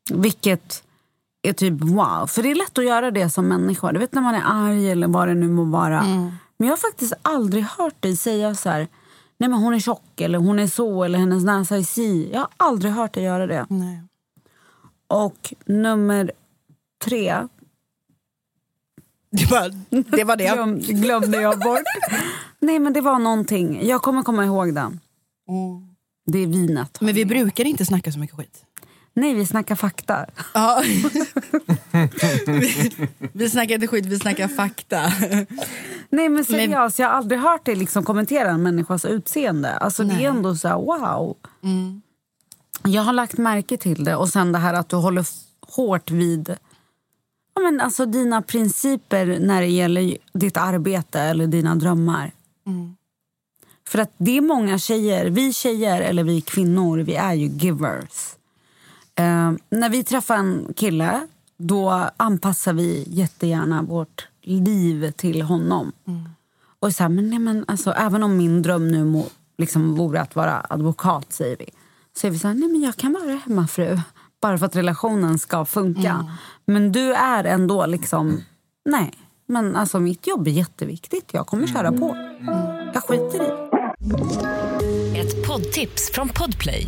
[SPEAKER 6] Vilket är typ wow. För det är lätt att göra det som människa. Du vet när man är arg eller vad det nu må vara.
[SPEAKER 5] Mm.
[SPEAKER 6] Men jag har faktiskt aldrig hört dig säga så här. Nej men hon är tjock eller hon är så eller hennes näsa är si. Jag har aldrig hört dig göra det. Och nummer tre.
[SPEAKER 5] Det var det. Var det.
[SPEAKER 6] Glöm, glömde jag bort. Nej men det var någonting. Jag kommer komma ihåg den. Det är vinet.
[SPEAKER 5] Mm. Men vi brukar inte snacka så mycket skit.
[SPEAKER 6] Nej vi snackar fakta.
[SPEAKER 5] Ja. vi snackar inte skit, vi snackar fakta.
[SPEAKER 6] Nej men seriöst, jag har aldrig hört dig liksom kommentera en människas utseende. Alltså det är ändå så här, wow. Jag har lagt märke till det och sen det här att du håller f- hårt vid ja, men alltså dina principer när det gäller ditt arbete eller dina drömmar. För att det är många tjejer, vi tjejer eller vi kvinnor, vi är ju givers. Eh, när vi träffar en kille då anpassar vi jättegärna vårt liv till honom. Och så här, men, nej, men alltså, även om min dröm nu må, liksom, vore att vara advokat, säger vi. Så är vi så här, nej men jag kan vara hemmafru. Bara för att relationen ska funka. Men du är ändå liksom, nej. Men alltså mitt jobb är jätteviktigt. Jag kommer köra på. Jag skiter i det.
[SPEAKER 13] Ett poddtips från Podplay.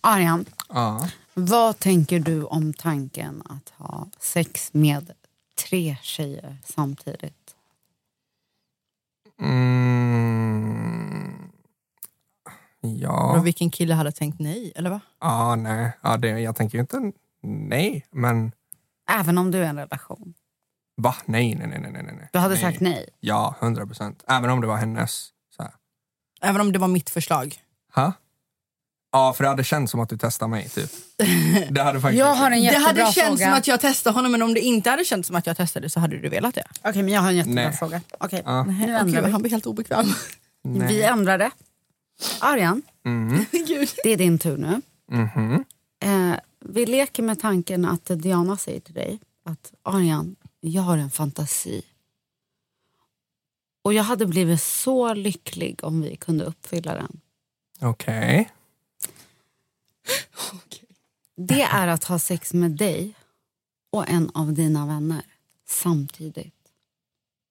[SPEAKER 6] Arjan,
[SPEAKER 7] Ja.
[SPEAKER 6] vad tänker du om tanken att ha sex med tre tjejer samtidigt?
[SPEAKER 7] Mm. Ja.
[SPEAKER 5] Och vilken kille hade tänkt nej, eller va?
[SPEAKER 7] Ja, nej. Ja, det, jag tänker ju inte nej, men
[SPEAKER 6] Även om du är i en relation.
[SPEAKER 7] va? Nej, nej, nej, nej, nej, nej.
[SPEAKER 6] Du hade
[SPEAKER 7] nej.
[SPEAKER 6] sagt nej.
[SPEAKER 7] Ja, hundra procent. Även om det var hennes. Så här.
[SPEAKER 5] Även om det var mitt förslag.
[SPEAKER 7] Ha? Ja, för det hade känts som att du testade mig, typ. Det hade faktiskt...
[SPEAKER 5] det hade känts som att jag testade honom men om det inte hade känts som att jag testade så hade du velat det.
[SPEAKER 6] Okej, men jag har en jättebra
[SPEAKER 7] Nej.
[SPEAKER 6] fråga. Okej,
[SPEAKER 7] Ja.
[SPEAKER 6] nu
[SPEAKER 5] Åh,
[SPEAKER 6] ändrar
[SPEAKER 5] gud,
[SPEAKER 6] vi.
[SPEAKER 5] han blir helt obekväm.
[SPEAKER 7] Nej.
[SPEAKER 6] Vi ändrar det. Arjan,
[SPEAKER 7] Mhm.
[SPEAKER 6] det är din tur nu.
[SPEAKER 7] Mhm.
[SPEAKER 6] Eh, vi leker med tanken att Diana säger till dig att Arjan, jag har en fantasi. Och jag hade blivit så lycklig om vi kunde uppfylla den.
[SPEAKER 7] Okej.
[SPEAKER 6] Det är att ha sex med dig och en av dina vänner samtidigt.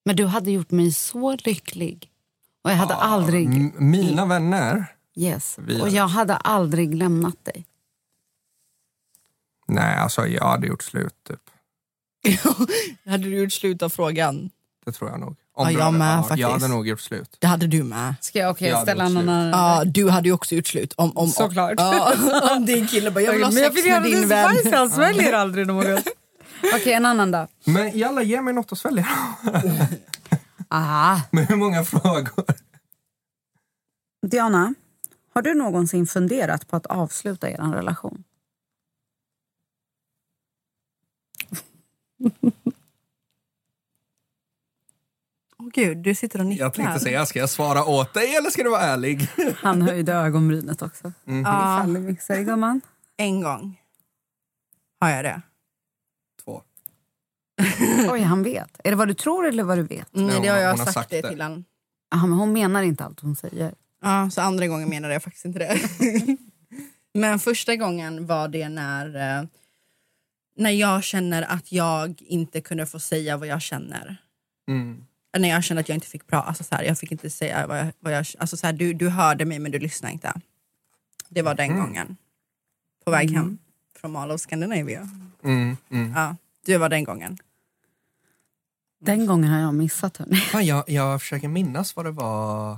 [SPEAKER 6] Men du hade gjort mig så lycklig. Och jag hade aldrig...
[SPEAKER 5] Mm.
[SPEAKER 7] M- Mina vänner?
[SPEAKER 6] Yes.
[SPEAKER 7] Mm. Vi-
[SPEAKER 6] Och jag hade aldrig lämnat dig.
[SPEAKER 7] Nej, alltså jag hade gjort slut, typ.
[SPEAKER 5] hade du gjort slut av frågan?
[SPEAKER 7] Det tror jag nog.
[SPEAKER 5] Ja,
[SPEAKER 7] du
[SPEAKER 5] jag
[SPEAKER 7] hade,
[SPEAKER 5] med,
[SPEAKER 7] ja,
[SPEAKER 5] faktiskt.
[SPEAKER 7] Jag hade nog gjort slut.
[SPEAKER 5] Det hade du med.
[SPEAKER 6] Ska jag okay,
[SPEAKER 7] Jag hade ställa gjort någon slut. annan-
[SPEAKER 5] Ja, du hade ju också gjort slut. Om, om,
[SPEAKER 6] Såklart.
[SPEAKER 5] Ja, om din kille bara, jag vill ha
[SPEAKER 6] Men jag
[SPEAKER 5] sex
[SPEAKER 6] vill
[SPEAKER 5] med
[SPEAKER 6] göra
[SPEAKER 5] din
[SPEAKER 6] din
[SPEAKER 5] vän.
[SPEAKER 6] spice, han sväljer aldrig något. Okej, en annan då.
[SPEAKER 7] Men jalla, ge mig något att svälja.
[SPEAKER 6] Aha.
[SPEAKER 7] Men hur många frågor?
[SPEAKER 6] Diana, har du någonsin funderat på att avsluta er relation?
[SPEAKER 5] Åh, gud, du sitter och nickar.
[SPEAKER 7] Jag tänkte säga, ska jag svara åt dig eller ska du vara ärlig?
[SPEAKER 6] Han höjde ögonbrynet också.
[SPEAKER 7] Mhm.
[SPEAKER 5] Ja.
[SPEAKER 6] Ifall du mixar, gumman.
[SPEAKER 5] En gång har jag det.
[SPEAKER 7] Två.
[SPEAKER 6] Oj, han vet. Är det vad du tror eller vad du vet?
[SPEAKER 5] Nej, det har
[SPEAKER 7] hon-
[SPEAKER 5] jag
[SPEAKER 7] hon har
[SPEAKER 5] sagt,
[SPEAKER 7] sagt
[SPEAKER 5] det
[SPEAKER 7] det.
[SPEAKER 5] till honom.
[SPEAKER 6] Aha, men hon menar inte allt hon säger.
[SPEAKER 5] Ja, så andra gången menade jag faktiskt inte det. Men första gången var det när, eh, när jag känner att jag inte kunde få säga vad jag känner.
[SPEAKER 7] Mm.
[SPEAKER 5] Eller När jag kände att jag inte fick prata. Alltså så här, jag fick inte säga vad jag... Vad jag alltså så här, du, du hörde mig men du lyssnade inte. Det var
[SPEAKER 7] Mm.
[SPEAKER 5] den gången. På väg hem från Mall of Scandinavia.
[SPEAKER 7] Mm, mm.
[SPEAKER 5] Ja, det var den gången.
[SPEAKER 6] Den gången har jag missat. Hörni.
[SPEAKER 7] Fan, jag, jag försöker minnas vad det var,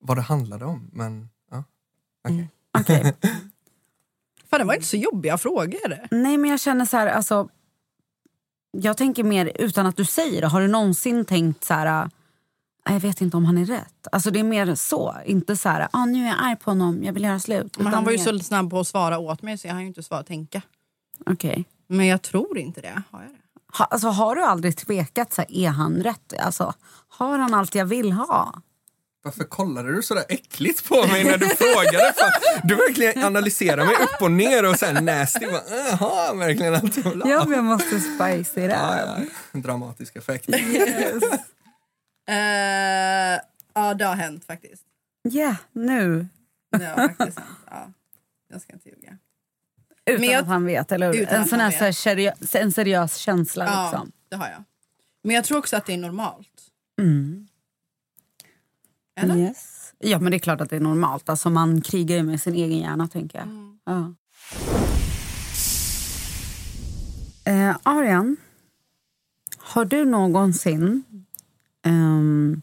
[SPEAKER 7] vad det handlade om, men ja. Okej.
[SPEAKER 5] Fan, det var inte så jobbiga frågor.
[SPEAKER 6] Nej, men jag känner så här... Alltså, jag tänker mer utan att du säger det. Har du någonsin tänkt så här... "Ah, Jag vet inte om han är rätt. Alltså Det är mer så. Inte så här... Ah, nu är jag arg på honom, jag vill göra slut.
[SPEAKER 5] Men
[SPEAKER 6] Utan
[SPEAKER 5] han var ju
[SPEAKER 6] mer-
[SPEAKER 5] så snabb på att svara åt mig så jag hann ju inte svara tänka.
[SPEAKER 6] Okej.
[SPEAKER 5] Men jag tror inte det. Har jag det?
[SPEAKER 6] Ha, alltså, har du aldrig tvekat? Så här, är han rätt? Alltså, har han allt jag vill ha?
[SPEAKER 7] Varför kollade du sådär äckligt på mig när du frågade? Fan, du verkligen analyserar mig upp och ner och sen nasty. Bara, Jaha, verkligen allt jag vill ha."
[SPEAKER 6] Ja, men jag måste spice it
[SPEAKER 7] Ja,
[SPEAKER 6] up.
[SPEAKER 7] ja, Dramatisk effekt.
[SPEAKER 5] Eh, ja, det har hänt faktiskt.
[SPEAKER 6] Ja, nu.
[SPEAKER 5] Det har faktiskt hänt. Ja. Jag ska inte ljuga.
[SPEAKER 6] Utan
[SPEAKER 5] Men jag-
[SPEAKER 6] att han vet, eller hur?
[SPEAKER 5] Utan
[SPEAKER 6] En
[SPEAKER 5] att
[SPEAKER 6] sån
[SPEAKER 5] han
[SPEAKER 6] här, så här seriös, en seriös känsla.
[SPEAKER 5] Ja,
[SPEAKER 6] Liksom.
[SPEAKER 5] det har jag. Men jag tror också att det är normalt.
[SPEAKER 6] Mm.
[SPEAKER 5] Eller?
[SPEAKER 6] Yes. Ja, men det är klart att det är normalt. Alltså, man krigar ju med sin egen hjärna, tänker jag. Ja. Eh, Arian, har du någonsin ehm,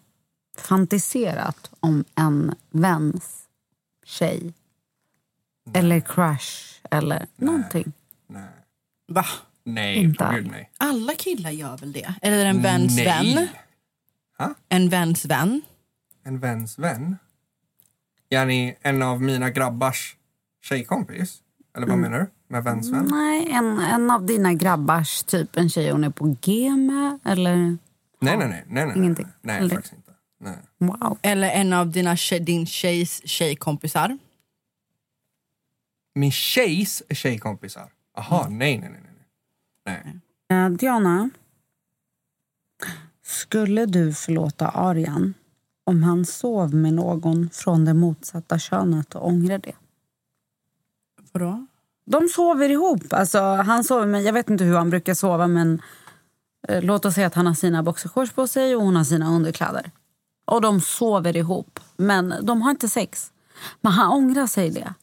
[SPEAKER 6] fantiserat om en väns tjej? Eller crush, eller någonting?
[SPEAKER 7] Nej.
[SPEAKER 5] Va?
[SPEAKER 7] Nej,
[SPEAKER 6] Inte.
[SPEAKER 7] gud nej.
[SPEAKER 5] Alla killar gör väl det? Eller en väns
[SPEAKER 7] Nej.
[SPEAKER 5] vän?
[SPEAKER 7] Ha?
[SPEAKER 5] En väns vän?
[SPEAKER 7] En väns vän? Yani, en av mina grabbars tjejkompis? Eller vad menar du med väns vän?
[SPEAKER 6] Nej, en, en av dina grabbars, typ en tjej hon är på G med? Eller?
[SPEAKER 7] Nej, nej, nej. nej, nej, nej.
[SPEAKER 6] Ingenting.
[SPEAKER 7] nej
[SPEAKER 6] Eller-
[SPEAKER 7] faktiskt inte. Nej.
[SPEAKER 6] Wow.
[SPEAKER 5] Eller en av dina tjej, din tjejs tjejkompisar?
[SPEAKER 7] Min tjejs tjejkompisar? Jaha, nej, nej, nej. nej, nej. nej.
[SPEAKER 6] Eh, Diana, skulle du förlåta Arjan om han sov med någon från det motsatta könet och ångrar det?
[SPEAKER 5] Vadå?
[SPEAKER 6] De sover ihop. Alltså, han sover med, jag vet inte hur han brukar sova, men eh, låt oss säga att han har sina boxershorts på sig och hon har sina underkläder. Och de sover ihop, men de har inte sex. Men han ångrar sig i det.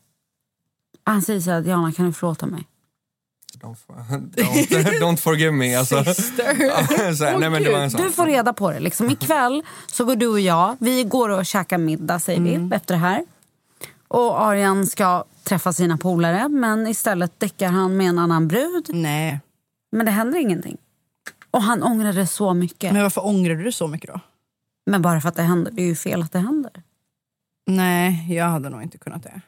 [SPEAKER 6] Han säger så här, Diana kan du förlåta mig?
[SPEAKER 7] don't, for- don't, don't forgive me. Alltså. Ja, så här, nej, men det var en sån.
[SPEAKER 6] Du får reda på det. Liksom. Ikväll så går du och jag, vi går och käkar middag säger
[SPEAKER 7] Mm.
[SPEAKER 6] vi efter det här. Och Arian ska träffa sina polare men istället däckar han med en annan brud.
[SPEAKER 5] Nej.
[SPEAKER 6] Men det händer ingenting. Och han ångrade så mycket.
[SPEAKER 5] Men varför ångrar du det så mycket då?
[SPEAKER 6] Men bara för att det händer, det är ju fel att det händer.
[SPEAKER 5] Nej, jag hade nog inte kunnat det.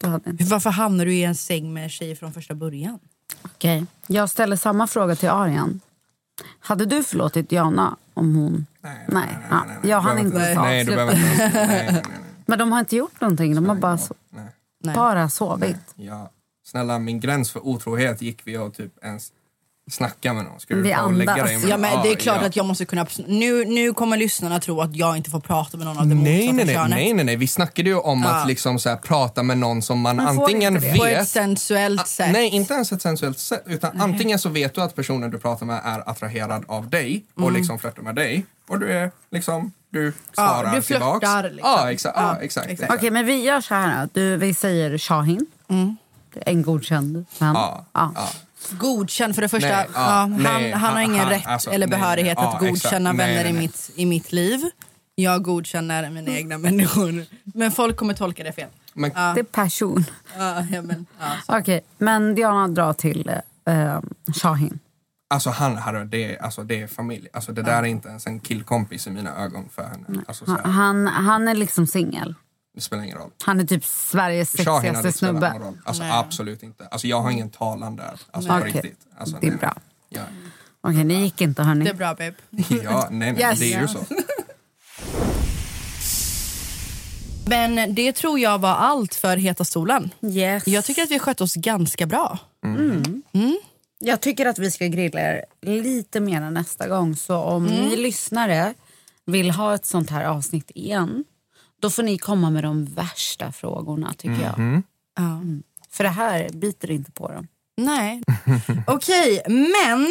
[SPEAKER 6] Du hade inte.
[SPEAKER 5] Varför hamnar du i en säng med tjejer från första början?
[SPEAKER 6] Okej, jag ställer samma fråga till Arian. Hade du förlåtit Jana om hon... Nej, nej, ja, jag hann
[SPEAKER 7] behöver
[SPEAKER 6] inte
[SPEAKER 7] inte.
[SPEAKER 6] ta
[SPEAKER 7] Nej, du behöver
[SPEAKER 6] avslutet.
[SPEAKER 7] inte. Nej, nej,
[SPEAKER 6] Men de har inte gjort någonting, de har bara, so- bara sovit.
[SPEAKER 7] Ja, snälla, min gräns för otrohet gick vi och typ ens snacka med någon. Ska du
[SPEAKER 5] Vi
[SPEAKER 7] ta och lägga dig
[SPEAKER 5] andas.
[SPEAKER 7] med-
[SPEAKER 5] Ja, men det är
[SPEAKER 7] Ja,
[SPEAKER 5] klart
[SPEAKER 7] ja.
[SPEAKER 5] att jag måste kunna... Nu, nu kommer lyssnarna tro att jag inte får prata med någon av det
[SPEAKER 7] Nej nej,
[SPEAKER 5] motsatta
[SPEAKER 7] nej,
[SPEAKER 5] könet.
[SPEAKER 7] nej, nej, nej. Vi snackade ju om
[SPEAKER 5] Ja.
[SPEAKER 7] att liksom så här, prata med någon som man,
[SPEAKER 5] Man får
[SPEAKER 7] antingen
[SPEAKER 5] inte det. På ett
[SPEAKER 7] vet...
[SPEAKER 6] Ah,
[SPEAKER 5] sensuellt sätt.
[SPEAKER 7] Nej, inte ens ett sensuellt sätt. Utan antingen så vet du att personen du pratar med är attraherad av dig och
[SPEAKER 5] Mm.
[SPEAKER 7] liksom flörtar med dig. Och du är liksom, du
[SPEAKER 6] Ja,
[SPEAKER 7] svarar
[SPEAKER 6] du flörtar
[SPEAKER 7] tillbaks.
[SPEAKER 6] liksom.
[SPEAKER 7] Ja, exa- ja, exakt.
[SPEAKER 6] Okej, men vi gör så här. då. Du, vi säger Shahin. Det är En godkänd man.
[SPEAKER 7] Mm. Ja,
[SPEAKER 6] ja.
[SPEAKER 5] Godkänd för det första.
[SPEAKER 6] Nej,
[SPEAKER 5] ja,
[SPEAKER 6] ja,
[SPEAKER 5] han,
[SPEAKER 6] nej,
[SPEAKER 5] han har
[SPEAKER 6] han-
[SPEAKER 5] ingen
[SPEAKER 6] han-
[SPEAKER 5] rätt
[SPEAKER 6] alltså,
[SPEAKER 5] eller
[SPEAKER 6] nej,
[SPEAKER 5] behörighet
[SPEAKER 6] nej,
[SPEAKER 5] att
[SPEAKER 6] ja,
[SPEAKER 5] godkänna
[SPEAKER 6] exakt. Nej,
[SPEAKER 5] vänner
[SPEAKER 6] nej,
[SPEAKER 5] I,
[SPEAKER 6] nej.
[SPEAKER 5] mitt, i mitt liv. Jag godkänner mina egna människor. Men folk kommer tolka det fel. Ja.
[SPEAKER 6] Det är passion.
[SPEAKER 5] Ja, ja, men, ja.
[SPEAKER 6] Okej, men Diana drar till eh, Shahin.
[SPEAKER 7] Alltså han hade, det, är- alltså, det är familj. Alltså det där är inte ens en killkompis i mina ögon för henne. Alltså, så här,
[SPEAKER 6] Han, han är liksom singel.
[SPEAKER 7] det spelar ingen roll.
[SPEAKER 6] Han är typ Sveriges
[SPEAKER 7] Shahin hade
[SPEAKER 6] sexigaste
[SPEAKER 7] inte spelat någon
[SPEAKER 6] snubbe.
[SPEAKER 7] roll. Alltså absolut inte. Alltså jag har ingen talan där. Alltså
[SPEAKER 6] Nej.
[SPEAKER 7] på
[SPEAKER 6] Okej.
[SPEAKER 7] riktigt. Alltså,
[SPEAKER 6] Det är
[SPEAKER 7] nej.
[SPEAKER 6] bra.
[SPEAKER 7] Ja.
[SPEAKER 6] Okej, ni gick inte hörni.
[SPEAKER 5] Det är bra babe.
[SPEAKER 7] Ja, nej, nej,
[SPEAKER 5] Yes.
[SPEAKER 7] det är ju så.
[SPEAKER 5] Men det tror jag var allt för Heta stolen.
[SPEAKER 6] Yes.
[SPEAKER 5] Jag tycker att vi skötte oss ganska bra.
[SPEAKER 6] Mm. Jag tycker att vi ska grilla er lite mer nästa gång. Så om
[SPEAKER 5] Mm.
[SPEAKER 6] ni lyssnare vill ha ett sånt här avsnitt igen då får ni komma med de värsta frågorna, tycker jag.
[SPEAKER 5] Mhm.
[SPEAKER 6] Mm. För det här biter inte på dem.
[SPEAKER 5] Nej. Okej, men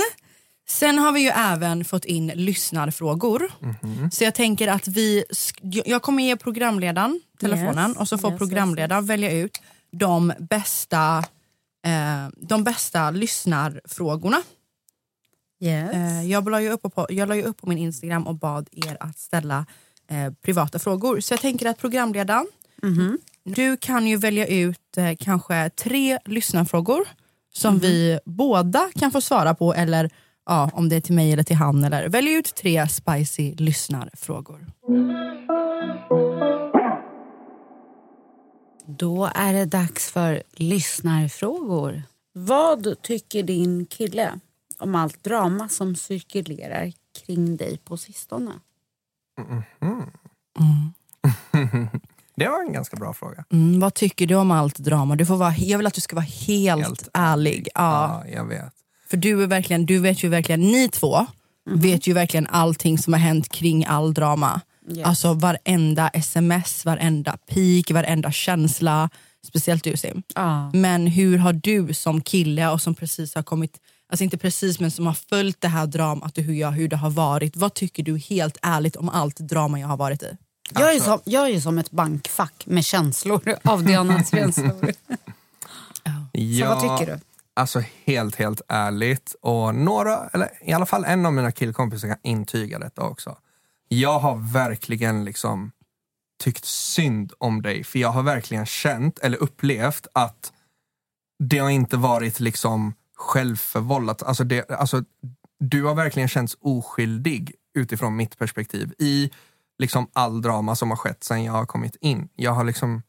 [SPEAKER 5] sen har vi ju även fått in lyssnarfrågor.
[SPEAKER 12] Mhm.
[SPEAKER 5] Så jag tänker att vi, sk- jag kommer ge programledaren telefonen
[SPEAKER 12] Yes,
[SPEAKER 5] och så får
[SPEAKER 12] yes, yes,
[SPEAKER 5] programledaren välja ut de bästa, eh, de bästa lyssnarfrågorna. Eh, jag, la ju upp på, jag la ju upp på min Instagram och bad er att ställa eh, privata frågor. Så jag tänker att programledaren, du kan ju välja ut eh, kanske tre lyssnarfrågor som vi båda kan få svara på eller ja, om det är till mig eller till han. Eller, välj ut tre spicy lyssnarfrågor.
[SPEAKER 6] Då är det dags för lyssnarfrågor. Vad tycker din kille om allt drama som cirkulerar kring dig på sistone?
[SPEAKER 7] Mhm. det var en ganska bra fråga.
[SPEAKER 5] Mm, vad tycker du om allt drama? Du får vara, jag vill att du ska vara helt, ärlig. Ja.
[SPEAKER 7] Ja, jag vet.
[SPEAKER 5] För du, är verkligen, du vet ju verkligen, ni två
[SPEAKER 6] Mhm.
[SPEAKER 5] vet ju verkligen allting som har hänt kring all drama.
[SPEAKER 6] Yes.
[SPEAKER 5] Alltså varenda sms, varenda pik, varenda känsla. Speciellt du Sim.
[SPEAKER 6] Ja.
[SPEAKER 5] Men hur har du som kille och som precis har kommit, alltså inte precis men som har följt det här dramat och hur, jag, hur det har varit. Vad tycker du helt ärligt om allt drama jag har varit i?
[SPEAKER 6] Jag
[SPEAKER 5] Alltså-
[SPEAKER 6] är, som, jag är som ett bankfack med känslor av Diana Svenslor.
[SPEAKER 7] Ja,
[SPEAKER 6] vad tycker du?
[SPEAKER 7] Alltså helt, helt ärligt. Och några, eller i alla fall en av mina killkompisar kan intyga detta också. Jag har verkligen liksom tyckt synd om dig. För jag har verkligen känt, eller upplevt att det har inte varit liksom självförvållat. Alltså det, alltså, du har verkligen känts oskyldig utifrån mitt perspektiv i liksom all drama som har skett sen jag har kommit in. Jag har liksom...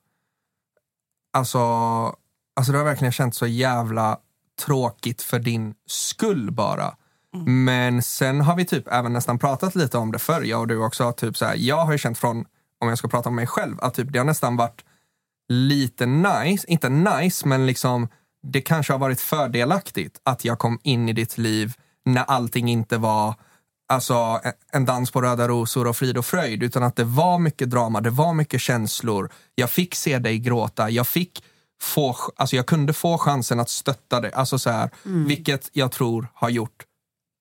[SPEAKER 7] Alltså, alltså det har verkligen känts så jävla tråkigt för din skull bara. Men sen har vi typ även nästan pratat lite om det förr, jag och du också. Typ så här, jag har ju känt från, om jag ska prata om mig själv, att typ det har nästan varit lite nice, inte nice, men liksom det kanske har varit fördelaktigt att jag kom in i ditt liv när allting inte var alltså, e- en dans på röda rosor och frid och fröjd, utan att det var mycket drama, det var mycket känslor. Jag fick se dig gråta, jag fick få, ch- alltså jag kunde få chansen att stötta dig, alltså så här,
[SPEAKER 11] Mm.
[SPEAKER 7] vilket jag tror har gjort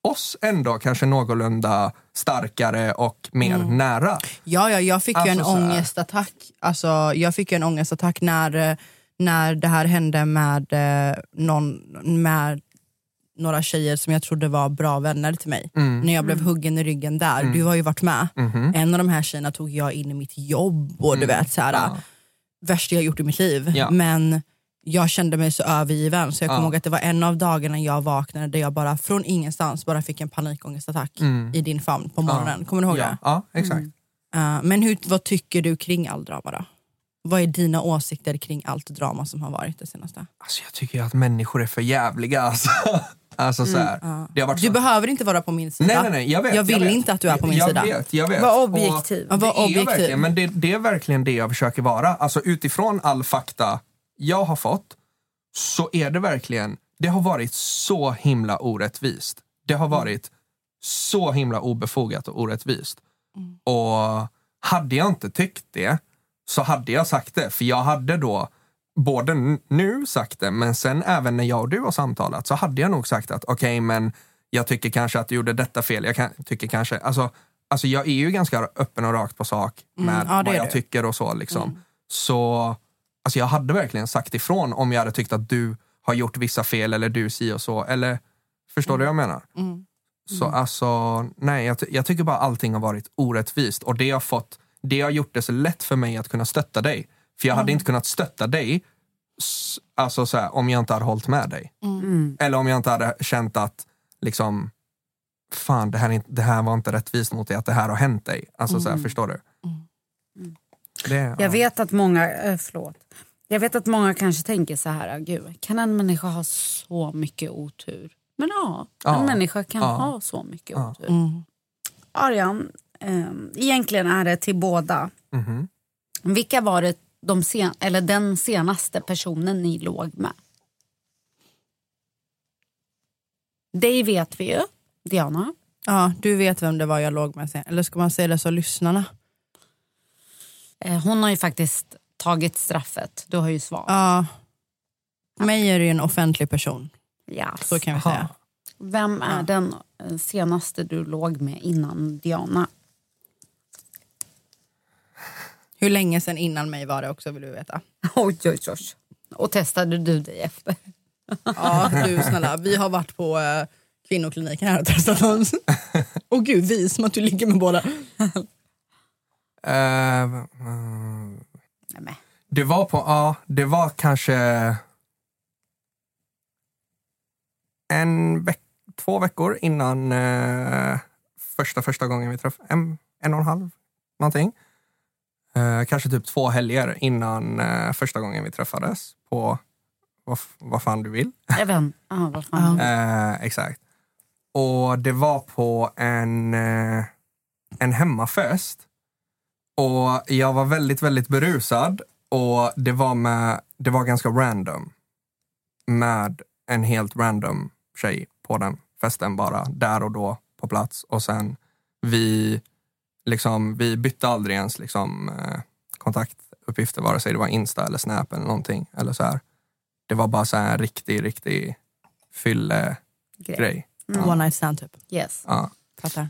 [SPEAKER 7] oss ändå kanske någorlunda starkare och mer
[SPEAKER 5] Mm.
[SPEAKER 7] nära.
[SPEAKER 5] Ja, ja jag fick ju en
[SPEAKER 7] Alltså, så här.
[SPEAKER 5] ångestattack. Alltså, jag fick ju en ångestattack när, eh, när det här hände med eh, någon, med några tjejer som jag trodde var bra vänner till mig.
[SPEAKER 12] Mm.
[SPEAKER 5] När jag blev huggen i ryggen där,
[SPEAKER 12] Mm.
[SPEAKER 5] du har ju varit med.
[SPEAKER 12] Mhm.
[SPEAKER 5] En av de här tjejerna tog jag in i mitt jobb och du
[SPEAKER 12] Mm.
[SPEAKER 5] vet, så här,
[SPEAKER 12] Ja.
[SPEAKER 5] värsta jag gjort i mitt liv.
[SPEAKER 12] Ja.
[SPEAKER 5] Men jag kände mig så övergiven så jag kommer
[SPEAKER 12] Ja.
[SPEAKER 5] ihåg att det var en av dagarna jag vaknade där jag bara från ingenstans bara fick en panikångestattack
[SPEAKER 7] Mm.
[SPEAKER 5] i din famn på morgonen.
[SPEAKER 7] Ja.
[SPEAKER 5] Kommer du ihåg
[SPEAKER 7] ja.
[SPEAKER 5] det?
[SPEAKER 7] Ja, exakt.
[SPEAKER 5] Eh, men hur, vad tycker du kring all drama då? Vad är dina åsikter kring allt drama som har varit det senaste?
[SPEAKER 7] Alltså, jag tycker att människor är för jävliga alltså. alltså så här.
[SPEAKER 5] Mm, ja.
[SPEAKER 7] Det har varit
[SPEAKER 5] Du behöver inte vara på min sida.
[SPEAKER 7] Alltså- Nej, nej, nej, jag vet.
[SPEAKER 5] jag vill
[SPEAKER 7] vet.
[SPEAKER 5] inte att du är på min
[SPEAKER 7] jag
[SPEAKER 5] sida.
[SPEAKER 7] Vet, jag vet. Och det
[SPEAKER 5] Ja, var
[SPEAKER 7] är jag
[SPEAKER 5] objektiv.
[SPEAKER 7] verkligen, men det, det är verkligen det jag försöker vara. Alltså utifrån all fakta jag har fått så är det verkligen, det har varit så himla orättvist. Det har
[SPEAKER 5] Mm.
[SPEAKER 7] varit så himla obefogat och orättvist.
[SPEAKER 5] Mm.
[SPEAKER 7] Och hade jag inte tyckt det så hade jag sagt det. För jag hade då både n- nu sagt det, men sen även när jag och du har samtalat så hade jag nog sagt att okej, men jag tycker kanske att du gjorde detta fel. Jag kan, tycker kanske, alltså, alltså jag är ju ganska öppen och rakt på sak
[SPEAKER 5] Mm,
[SPEAKER 7] med
[SPEAKER 5] ja, det
[SPEAKER 7] vad
[SPEAKER 5] är
[SPEAKER 7] jag
[SPEAKER 5] du.
[SPEAKER 7] tycker och så liksom.
[SPEAKER 5] Mm.
[SPEAKER 7] Så alltså jag hade verkligen sagt ifrån om jag hade tyckt att du har gjort vissa fel eller du si och så. Eller förstår du vad jag menar?
[SPEAKER 5] Mm.
[SPEAKER 7] Så alltså, nej, jag, ty- jag tycker bara allting har varit orättvist och det har fått, det har gjort det så lätt för mig att kunna stötta dig. För jag hade
[SPEAKER 5] Mm.
[SPEAKER 7] inte kunnat stötta dig s- alltså så här, om jag inte hade hållit med dig.
[SPEAKER 6] Mm.
[SPEAKER 7] Eller om jag inte hade känt att liksom, fan det här, är inte- det här var inte rättvist mot dig, att det här har hänt dig. Alltså så här,
[SPEAKER 6] Mm.
[SPEAKER 7] förstår du? Det,
[SPEAKER 6] Jag vet att många, eh, förlåt. Jag vet att många kanske tänker så här, gud, kan en människa ha så mycket otur? Men ja,
[SPEAKER 12] Ja.
[SPEAKER 6] en människa kan
[SPEAKER 12] Ja.
[SPEAKER 6] ha så mycket
[SPEAKER 12] Ja.
[SPEAKER 6] otur.
[SPEAKER 5] Mm.
[SPEAKER 6] Arian, eh, egentligen är det till båda.
[SPEAKER 7] Mhm.
[SPEAKER 6] Vilka var det de sen, eller den senaste personen ni låg med? Det vet vi ju. Diana?
[SPEAKER 5] Ja, du vet vem det var jag låg med sen. Eller ska man säga det så lyssnarna?
[SPEAKER 6] Eh, Hon har ju faktiskt tagit straffet. Du har ju svarat.
[SPEAKER 5] Ja. Mig är det ju en offentlig person.
[SPEAKER 6] Yes.
[SPEAKER 5] Så kan vi säga.
[SPEAKER 6] Vem är den eh, senaste du låg med innan Diana?
[SPEAKER 5] Hur länge sen innan mig var det också vill du veta.
[SPEAKER 6] Oj, oj, oj. Och testade du dig efter?
[SPEAKER 5] Ja, du snälla. Vi har varit på eh, kvinnokliniken här och testat oss. Åh gud, vi som att du ligger med båda.
[SPEAKER 7] Eh, mm. Det var på, ja, det var kanske en veck, två veckor innan eh, första, första gången vi träffades. En, en och en halv, någonting. Eh, kanske typ två helger innan eh, första gången vi träffades på vad, f- vad fan du vill.
[SPEAKER 6] Även. Ah, vad fan.
[SPEAKER 7] Eh, exakt. Och det var på en, eh, en hemmafest. Och jag var väldigt, väldigt berusad. Och det var, med, det var ganska random. Med en helt random tjej på den festen bara. Där och då på plats. Och sen vi, liksom, vi bytte aldrig ens liksom, eh, kontaktuppgifter. Vare sig det var Insta eller Snap eller någonting. Eller så här. Det var bara så här en riktig, riktig fylle
[SPEAKER 6] Grej.
[SPEAKER 7] grej.
[SPEAKER 6] Mm.
[SPEAKER 5] One night stand typ.
[SPEAKER 6] Yes.
[SPEAKER 7] Ja.
[SPEAKER 5] Fattar.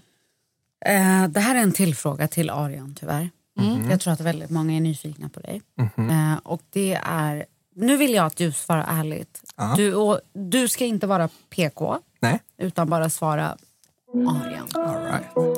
[SPEAKER 6] Eh, det här är en till fråga till Arian tyvärr.
[SPEAKER 7] Mhm.
[SPEAKER 6] Jag tror att väldigt många är nyfikna på dig.
[SPEAKER 7] Mhm.
[SPEAKER 6] Eh, och det är, nu vill jag att du svarar ärligt.
[SPEAKER 7] Ja.
[SPEAKER 6] Du, och, du ska inte vara PK,
[SPEAKER 7] Nej.
[SPEAKER 6] utan bara svara Arian.
[SPEAKER 7] All right.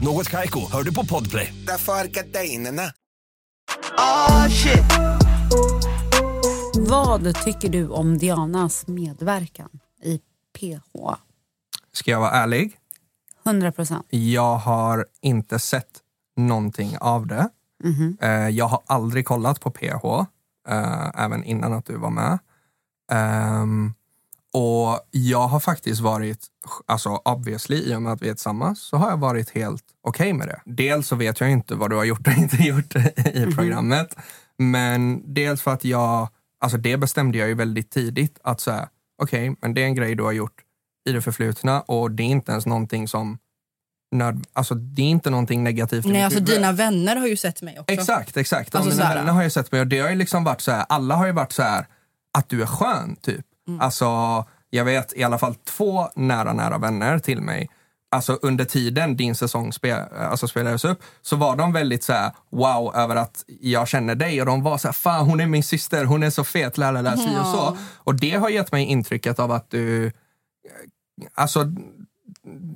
[SPEAKER 10] Något Kaiko, hör du på podplay.
[SPEAKER 2] Därför är gardinerna.
[SPEAKER 4] Ah shit.
[SPEAKER 6] Vad tycker du om Dianas medverkan i PH?
[SPEAKER 7] Ska jag vara ärlig?
[SPEAKER 6] 100 procent.
[SPEAKER 7] Jag har inte sett någonting av det. Eh, Jag har aldrig kollat på PH, eh, även innan att du var med. Ehm, och jag har faktiskt varit, alltså obviously i och med att vi är tillsammans, så har jag varit helt okej med det. Dels så vet jag inte vad du har gjort och inte gjort i
[SPEAKER 5] Mhm.
[SPEAKER 7] programmet. Men dels för att jag, alltså det bestämde jag ju väldigt tidigt att så här, okej, men det är en grej du har gjort i det förflutna och det är inte ens någonting som nöd, alltså det är inte någonting negativt i
[SPEAKER 5] Nej,
[SPEAKER 7] mitt
[SPEAKER 5] alltså
[SPEAKER 7] huvud.
[SPEAKER 5] dina vänner har ju sett mig också.
[SPEAKER 7] Exakt, exakt.
[SPEAKER 5] Alltså
[SPEAKER 7] och mina
[SPEAKER 5] såhär.
[SPEAKER 7] vänner har ju sett mig och det har ju liksom varit så här, alla har ju varit så här att du är skön typ.
[SPEAKER 5] Mm.
[SPEAKER 7] Alltså jag vet i alla fall två nära, nära vänner till mig. Alltså under tiden din säsong spe, alltså spelades upp så var de väldigt så här wow över att jag känner dig och de var så här fan hon är min syster, hon är så fet, la la la, si och så.
[SPEAKER 11] Ja.
[SPEAKER 7] Och det har gett mig intrycket av att du, alltså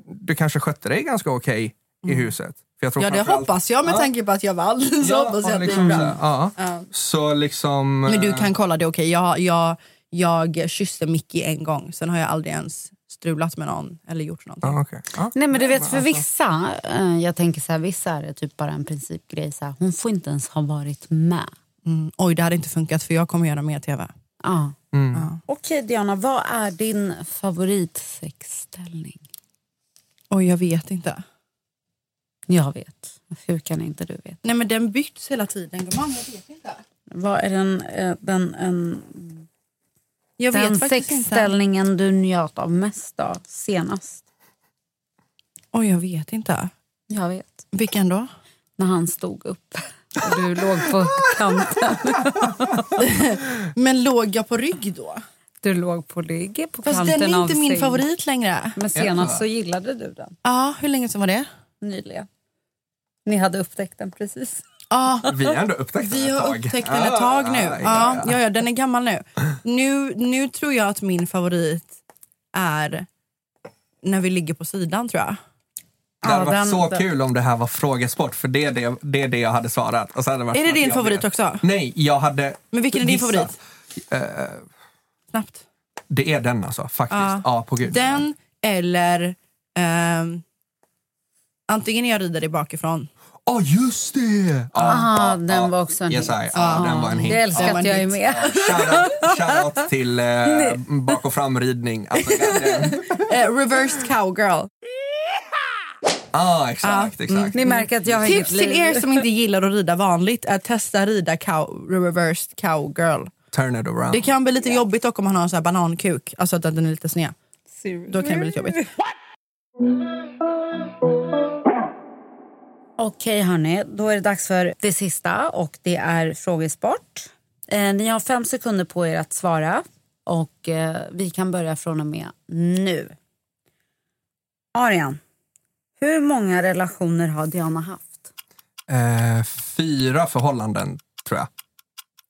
[SPEAKER 7] du kanske skötte dig ganska okej i huset. För jag tror
[SPEAKER 5] Mm. Ja, det
[SPEAKER 7] framförallt-
[SPEAKER 5] hoppas jag med
[SPEAKER 7] Ja.
[SPEAKER 5] tanke på att jag vann. Så
[SPEAKER 7] Ja,
[SPEAKER 5] hoppas jag att
[SPEAKER 7] liksom
[SPEAKER 5] det är
[SPEAKER 7] så
[SPEAKER 5] bra.
[SPEAKER 7] här, ja.
[SPEAKER 5] Ja.
[SPEAKER 7] Så liksom...
[SPEAKER 5] Men du
[SPEAKER 7] eh,
[SPEAKER 5] kan kolla det, okej. Jag, jag, jag kysste Mickey en gång, sen har jag aldrig ens strulat med någon eller gjort någonting.
[SPEAKER 6] Nej men du vet för
[SPEAKER 5] alltså-
[SPEAKER 6] vissa, eh, jag tänker så här, vissa är det typ bara en principgrej. Så här, hon får inte ens ha varit med.
[SPEAKER 5] Mm. Oj, det hade inte funkat för jag kommer göra mer tv.
[SPEAKER 6] Ja.
[SPEAKER 5] Mm.
[SPEAKER 6] Okej Diana, vad är din favoritsexställning?
[SPEAKER 5] Oj, jag vet inte.
[SPEAKER 6] Jag vet. Hur kan inte du veta?
[SPEAKER 5] Nej men den byts hela tiden gumman, jag vet inte.
[SPEAKER 6] Vad är den, eh, den, en,
[SPEAKER 5] Jag vet
[SPEAKER 6] den
[SPEAKER 5] faktiskt inte.
[SPEAKER 6] sexställningen du njöt av mest av senast?
[SPEAKER 5] Oj, jag vet inte.
[SPEAKER 6] Jag vet.
[SPEAKER 5] Vilken då?
[SPEAKER 6] När han stod upp och du låg på kanten.
[SPEAKER 5] Men låg jag på rygg då?
[SPEAKER 6] Du låg på rygg på
[SPEAKER 5] Fast
[SPEAKER 6] kanten
[SPEAKER 5] den är inte
[SPEAKER 6] av
[SPEAKER 5] min
[SPEAKER 6] sängen.
[SPEAKER 5] favorit längre.
[SPEAKER 6] Men senast så gillade du den
[SPEAKER 5] Ja, hur länge sedan var det?
[SPEAKER 6] nyligen. Ni hade upptäckt den precis.
[SPEAKER 5] Ja.
[SPEAKER 7] Vi har ändå upptäckt den
[SPEAKER 5] Vi
[SPEAKER 7] ett
[SPEAKER 5] har
[SPEAKER 7] tag.
[SPEAKER 5] upptäckt den
[SPEAKER 7] Ah,
[SPEAKER 5] ett tag nu.
[SPEAKER 7] ja,
[SPEAKER 5] Ja,
[SPEAKER 7] ja.
[SPEAKER 5] ja, ja, den är gammal nu. nu. Nu tror jag att min favorit är när vi ligger på sidan tror jag.
[SPEAKER 7] Det hade
[SPEAKER 5] Ja,
[SPEAKER 7] varit
[SPEAKER 5] den-
[SPEAKER 7] så
[SPEAKER 5] den-
[SPEAKER 7] kul om det här var frågesport för det är det, det, är det jag hade svarat. Och så hade varit
[SPEAKER 5] Är det
[SPEAKER 7] så att
[SPEAKER 5] din
[SPEAKER 7] jag
[SPEAKER 5] favorit
[SPEAKER 7] vet.
[SPEAKER 5] också?
[SPEAKER 7] Nej, jag hade
[SPEAKER 5] Men vilken är din
[SPEAKER 7] gissat.
[SPEAKER 5] favorit?
[SPEAKER 7] Eh,
[SPEAKER 5] Snabbt.
[SPEAKER 7] det är den alltså, faktiskt. Ja,
[SPEAKER 5] Ja.
[SPEAKER 7] på gud.
[SPEAKER 5] Den eller ehm, antingen jag rider dig bakifrån.
[SPEAKER 7] Ja, just det! Ja,
[SPEAKER 5] Ah,
[SPEAKER 6] Aha,
[SPEAKER 7] ja,
[SPEAKER 6] Ah, den
[SPEAKER 7] ja.
[SPEAKER 6] var också en
[SPEAKER 7] yes, I,
[SPEAKER 6] hit.
[SPEAKER 7] ja, den var en hit.
[SPEAKER 6] Det älskar
[SPEAKER 7] Ja.
[SPEAKER 6] att jag är med.
[SPEAKER 7] Shoutout till eh, bak och framridning. Alltså,
[SPEAKER 5] Eh, reversed cowgirl.
[SPEAKER 7] ah, exakt,
[SPEAKER 5] mm.
[SPEAKER 7] exakt.
[SPEAKER 6] Ni märker att jag har
[SPEAKER 5] Tips
[SPEAKER 6] inget
[SPEAKER 5] till
[SPEAKER 6] liv.
[SPEAKER 5] Typ er som inte gillar att rida vanligt är att testa rida cow, reversed cowgirl.
[SPEAKER 7] Turn it around.
[SPEAKER 5] Det kan bli lite jobbigt dock om man har en sån här banankuk, alltså att den är lite sned. Då kan det bli lite jobbigt.
[SPEAKER 6] Okej hörni, då är det dags för det sista och det är frågesport. Eh, ni har fem sekunder på er att svara och eh, vi kan börja från och med nu. Arian, hur många relationer har Diana haft?
[SPEAKER 7] Eh, fyra förhållanden, tror jag.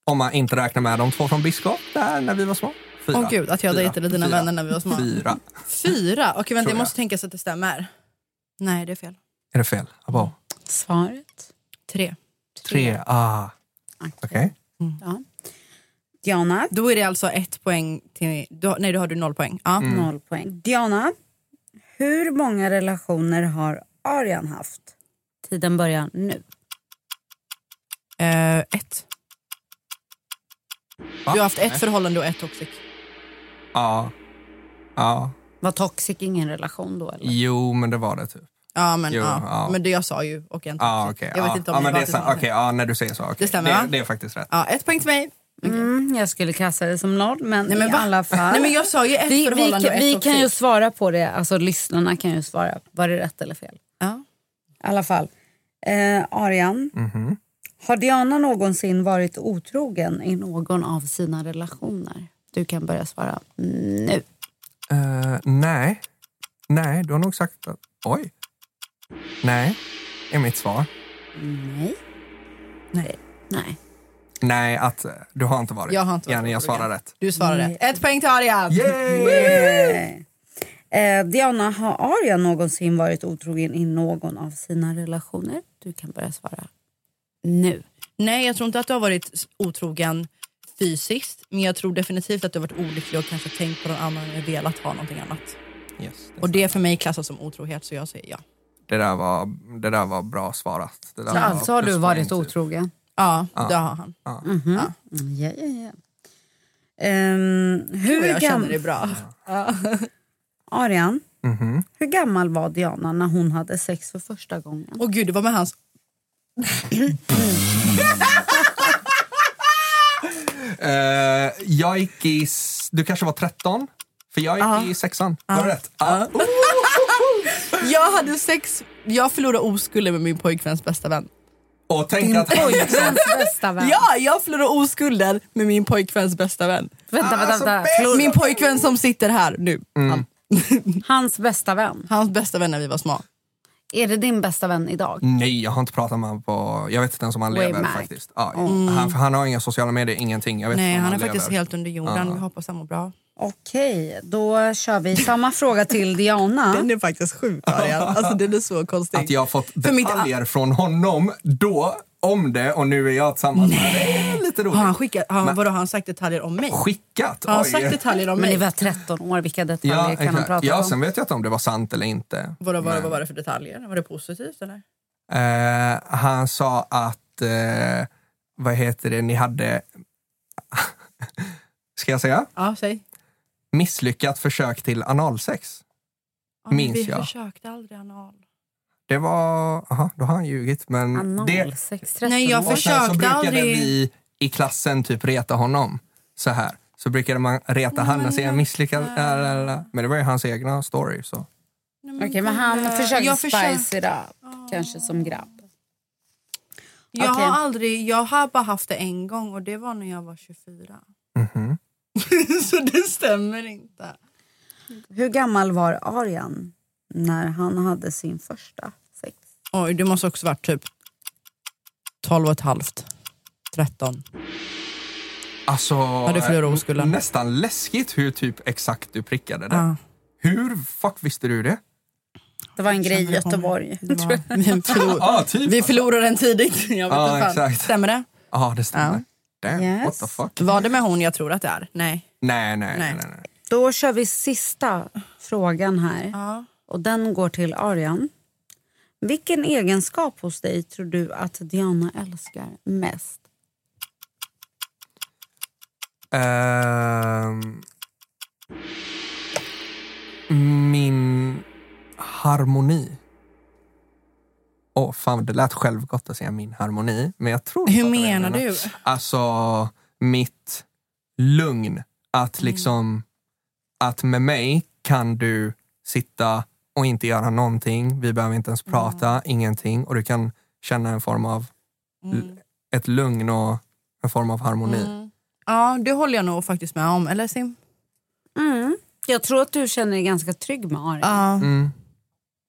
[SPEAKER 7] Om man inte räknar med de två från Biskop, där när vi var små. Fyra.
[SPEAKER 5] Åh gud, att jag
[SPEAKER 7] Fyra.
[SPEAKER 5] dejtade dina
[SPEAKER 7] Fyra.
[SPEAKER 5] vänner när vi var små.
[SPEAKER 7] Fyra.
[SPEAKER 5] Fyra? Okej vänta
[SPEAKER 7] Tror
[SPEAKER 5] jag
[SPEAKER 7] jag.
[SPEAKER 5] måste tänka så att det stämmer. Nej det är fel.
[SPEAKER 7] Är det fel? Abo.
[SPEAKER 6] Svaret?
[SPEAKER 5] Tre.
[SPEAKER 7] Tre. Ah. Okej.
[SPEAKER 6] Ja. Diana?
[SPEAKER 5] Då är det alltså ett poäng till... Då, nej då har du noll poäng. Ja.
[SPEAKER 6] Mm. Noll poäng. Diana, hur många relationer har Arian haft? Tiden börjar nu.
[SPEAKER 5] Eh, ett.
[SPEAKER 7] Mm. Va?
[SPEAKER 5] Du har haft ett
[SPEAKER 7] Nej.
[SPEAKER 5] förhållande och ett toxic.
[SPEAKER 7] Ja. Ja.
[SPEAKER 6] Var toxic ingen relation då? Eller?
[SPEAKER 7] Ah. Jo, men det var det typ.
[SPEAKER 5] Ja men,
[SPEAKER 7] Jo,
[SPEAKER 5] ja.
[SPEAKER 7] ja.
[SPEAKER 5] men det jag sa ju och en toxic.
[SPEAKER 7] Ah, okej.
[SPEAKER 5] Jag vet
[SPEAKER 7] ah.
[SPEAKER 5] inte om
[SPEAKER 7] ah,
[SPEAKER 5] ni
[SPEAKER 7] men
[SPEAKER 5] var
[SPEAKER 7] det är sant.
[SPEAKER 5] tillsammans.
[SPEAKER 7] Okej, ah, när du säger så. okej.
[SPEAKER 5] Det stämmer,
[SPEAKER 7] det,
[SPEAKER 5] va?
[SPEAKER 7] det är faktiskt rätt.
[SPEAKER 5] Ja, ett poäng till mig.
[SPEAKER 6] Mm, jag skulle klassa det som noll, men
[SPEAKER 5] Nej, men
[SPEAKER 6] i
[SPEAKER 5] va?
[SPEAKER 6] alla fall.
[SPEAKER 5] Nej, men jag sa ju ett
[SPEAKER 6] vi, vi,
[SPEAKER 5] förhållande och ett
[SPEAKER 6] vi
[SPEAKER 5] toxic.
[SPEAKER 6] kan ju svara på det, alltså lyssnarna kan ju svara. Var det rätt eller fel?
[SPEAKER 5] Ja.
[SPEAKER 6] I alla fall. Eh, Arian, har Diana någonsin varit otrogen i någon av sina relationer? Du kan börja svara nu.
[SPEAKER 7] Eh, nej. Nej, du har nog sagt att... Oj. Nej, är mitt svar.
[SPEAKER 6] Nej. Nej. Nej.
[SPEAKER 7] Nej, att eh, du har inte varit.
[SPEAKER 5] Jag har inte varit
[SPEAKER 7] Jenny, jag svarar rätt.
[SPEAKER 5] Du svarade rätt. Ett poäng till Arian.
[SPEAKER 6] Yay! Eh, Diana, har Arian någonsin varit otrogen i någon av sina relationer? Du kan börja svara nu.
[SPEAKER 5] Nej, jag tror inte att du har varit s- otrogen fysiskt, men jag tror definitivt att du har varit olycklig och kanske tänkt på någon annan och velat ha någonting annat.
[SPEAKER 7] Yes.
[SPEAKER 5] Och det för mig klassas som otrohet, så jag säger ja.
[SPEAKER 7] Det där var, det där var bra svarat. Det där
[SPEAKER 6] Så
[SPEAKER 7] var
[SPEAKER 6] alltså har du
[SPEAKER 7] pluspoäng,
[SPEAKER 6] varit
[SPEAKER 7] typ.
[SPEAKER 6] otrogen?
[SPEAKER 5] Ja,
[SPEAKER 7] Ja.
[SPEAKER 5] det har han.
[SPEAKER 7] Ja.
[SPEAKER 6] Mhm. Mm, Ja, ja, ja. Ehm, hur
[SPEAKER 5] jag känner
[SPEAKER 6] gam-
[SPEAKER 5] det bra.
[SPEAKER 6] Arian,
[SPEAKER 7] Mhm.
[SPEAKER 6] hur gammal var Diana när hon hade sex för första gången?
[SPEAKER 5] Och gud, det var med hans...
[SPEAKER 7] Eh, jag gick i... s- Du kanske var 13? För jag gick i sexan. Var det rätt? Ja.
[SPEAKER 5] Jag hade sex, jag förlorade oskulden med min pojkväns bästa vän.
[SPEAKER 7] Och tänk att han liksom...
[SPEAKER 6] bästa vän.
[SPEAKER 5] Ja, jag förlorade oskulden med min pojkväns bästa vän.
[SPEAKER 6] Vänta, vänta,
[SPEAKER 7] Alltså,
[SPEAKER 6] vänta. Förlor-
[SPEAKER 5] Min pojkvän som sitter här nu. Han.
[SPEAKER 6] Hans bästa vän.
[SPEAKER 5] Hans bästa vän när vi var små.
[SPEAKER 6] Är det din bästa vän idag?
[SPEAKER 7] Nej, jag har inte pratat med honom på... Jag vet inte ens om han
[SPEAKER 6] Way
[SPEAKER 7] lever
[SPEAKER 6] back.
[SPEAKER 7] faktiskt. Ja,
[SPEAKER 5] Mm.
[SPEAKER 7] han, för han har inga sociala medier, ingenting. Jag vet
[SPEAKER 5] Nej,
[SPEAKER 7] inte om
[SPEAKER 5] han
[SPEAKER 7] han
[SPEAKER 5] är faktiskt
[SPEAKER 7] lever.
[SPEAKER 5] helt under jorden.
[SPEAKER 7] Ja.
[SPEAKER 5] Vi hoppas han mår bra.
[SPEAKER 6] Okej, då kör vi samma fråga till Diana.
[SPEAKER 5] Den är faktiskt sjuk, Arian. Alltså, den är så konstig.
[SPEAKER 7] Att jag har fått
[SPEAKER 5] För mitt-
[SPEAKER 7] detaljer från honom då, om det, och nu är jag tillsammans med det. Lite roligt.
[SPEAKER 5] Har han skickat, har han, vadå, har han sagt detaljer om mig?
[SPEAKER 7] Skickat?
[SPEAKER 5] Har han
[SPEAKER 7] Oj.
[SPEAKER 5] sagt detaljer om
[SPEAKER 6] Men ni
[SPEAKER 5] mig?
[SPEAKER 6] var 13 år, vilka detaljer
[SPEAKER 7] Ja,
[SPEAKER 6] kan han
[SPEAKER 7] exakt.
[SPEAKER 6] prata
[SPEAKER 7] ja
[SPEAKER 6] om?
[SPEAKER 7] sen vet jag inte om det var sant eller inte.
[SPEAKER 5] Vadå, vad,
[SPEAKER 7] Men,
[SPEAKER 5] vad var det för detaljer? Var det positivt eller?
[SPEAKER 7] eh, han sa att, eh, vad heter det, ni hade, ska jag säga,
[SPEAKER 5] Ja, säg.
[SPEAKER 7] misslyckat försök till analsex.
[SPEAKER 5] Ja, men
[SPEAKER 7] Minns
[SPEAKER 5] vi
[SPEAKER 7] jag.
[SPEAKER 5] försökte aldrig anal.
[SPEAKER 7] Det var, aha, då har han ljugit. Men det,
[SPEAKER 6] Analsex, 13
[SPEAKER 5] Nej, jag
[SPEAKER 6] år.
[SPEAKER 7] och sen så
[SPEAKER 5] försökte
[SPEAKER 7] brukade
[SPEAKER 5] aldrig.
[SPEAKER 7] vi i klassen typ reta honom så här. Så brukade man reta han och säga misslyckad, lalala. men det var ju hans egna story. Så.
[SPEAKER 6] Okej, men han försökte
[SPEAKER 5] jag försökte-
[SPEAKER 6] spice it up, kanske som grabb.
[SPEAKER 5] Jag
[SPEAKER 6] Okej.
[SPEAKER 5] har aldrig, jag har bara haft det en gång och det var när jag var 24.
[SPEAKER 7] Mhm.
[SPEAKER 5] Så det stämmer inte.
[SPEAKER 6] Hur gammal var Arian när han hade sin första sex?
[SPEAKER 5] Oj, du måste också varit typ 12 och ett halvt. 13.
[SPEAKER 7] Alltså,
[SPEAKER 5] du förlorade
[SPEAKER 7] eh,
[SPEAKER 5] oskulden.
[SPEAKER 7] Nästan läskigt hur typ exakt du prickade det.
[SPEAKER 5] Ja.
[SPEAKER 7] Hur fuck visste du det?
[SPEAKER 6] Det var en grej i
[SPEAKER 5] Känner jag på mig.
[SPEAKER 6] Göteborg.
[SPEAKER 5] Det var- vi, förlor,
[SPEAKER 7] Ja, typ.
[SPEAKER 5] vi förlorade den tidigt. Jag vet
[SPEAKER 7] Ja,
[SPEAKER 5] inte fan.
[SPEAKER 7] exakt.
[SPEAKER 5] Stämmer det?
[SPEAKER 7] Ja, det stämmer. Damn,
[SPEAKER 6] Yes.
[SPEAKER 7] what the fuck?
[SPEAKER 5] Var det med hon jag tror att det är? Nej.
[SPEAKER 7] Nej, nej,
[SPEAKER 5] Nej.
[SPEAKER 7] nej. nej, nej.
[SPEAKER 6] Då kör vi sista frågan här.
[SPEAKER 5] Ja.
[SPEAKER 6] Och Den går till Arian. Vilken egenskap hos dig tror du att Diana älskar mest?
[SPEAKER 7] Ehm, min harmoni. Åh, fan, det lät självgott att säga min harmoni. Men jag tror
[SPEAKER 5] Hur
[SPEAKER 7] att det
[SPEAKER 5] menar
[SPEAKER 7] menar.
[SPEAKER 5] du?
[SPEAKER 7] Alltså, mitt lugn. Att
[SPEAKER 5] Mm.
[SPEAKER 7] liksom, att med mig kan du sitta och inte göra någonting. Vi behöver inte ens prata, ingenting. Och du kan känna en form av,
[SPEAKER 5] Mm.
[SPEAKER 7] ett lugn och en form av harmoni.
[SPEAKER 5] Mm. Ja, det håller jag nog faktiskt med om. Eller Sim?
[SPEAKER 6] Mm. Jag tror att du känner dig ganska trygg med Arian.
[SPEAKER 5] Ja.
[SPEAKER 7] Mm.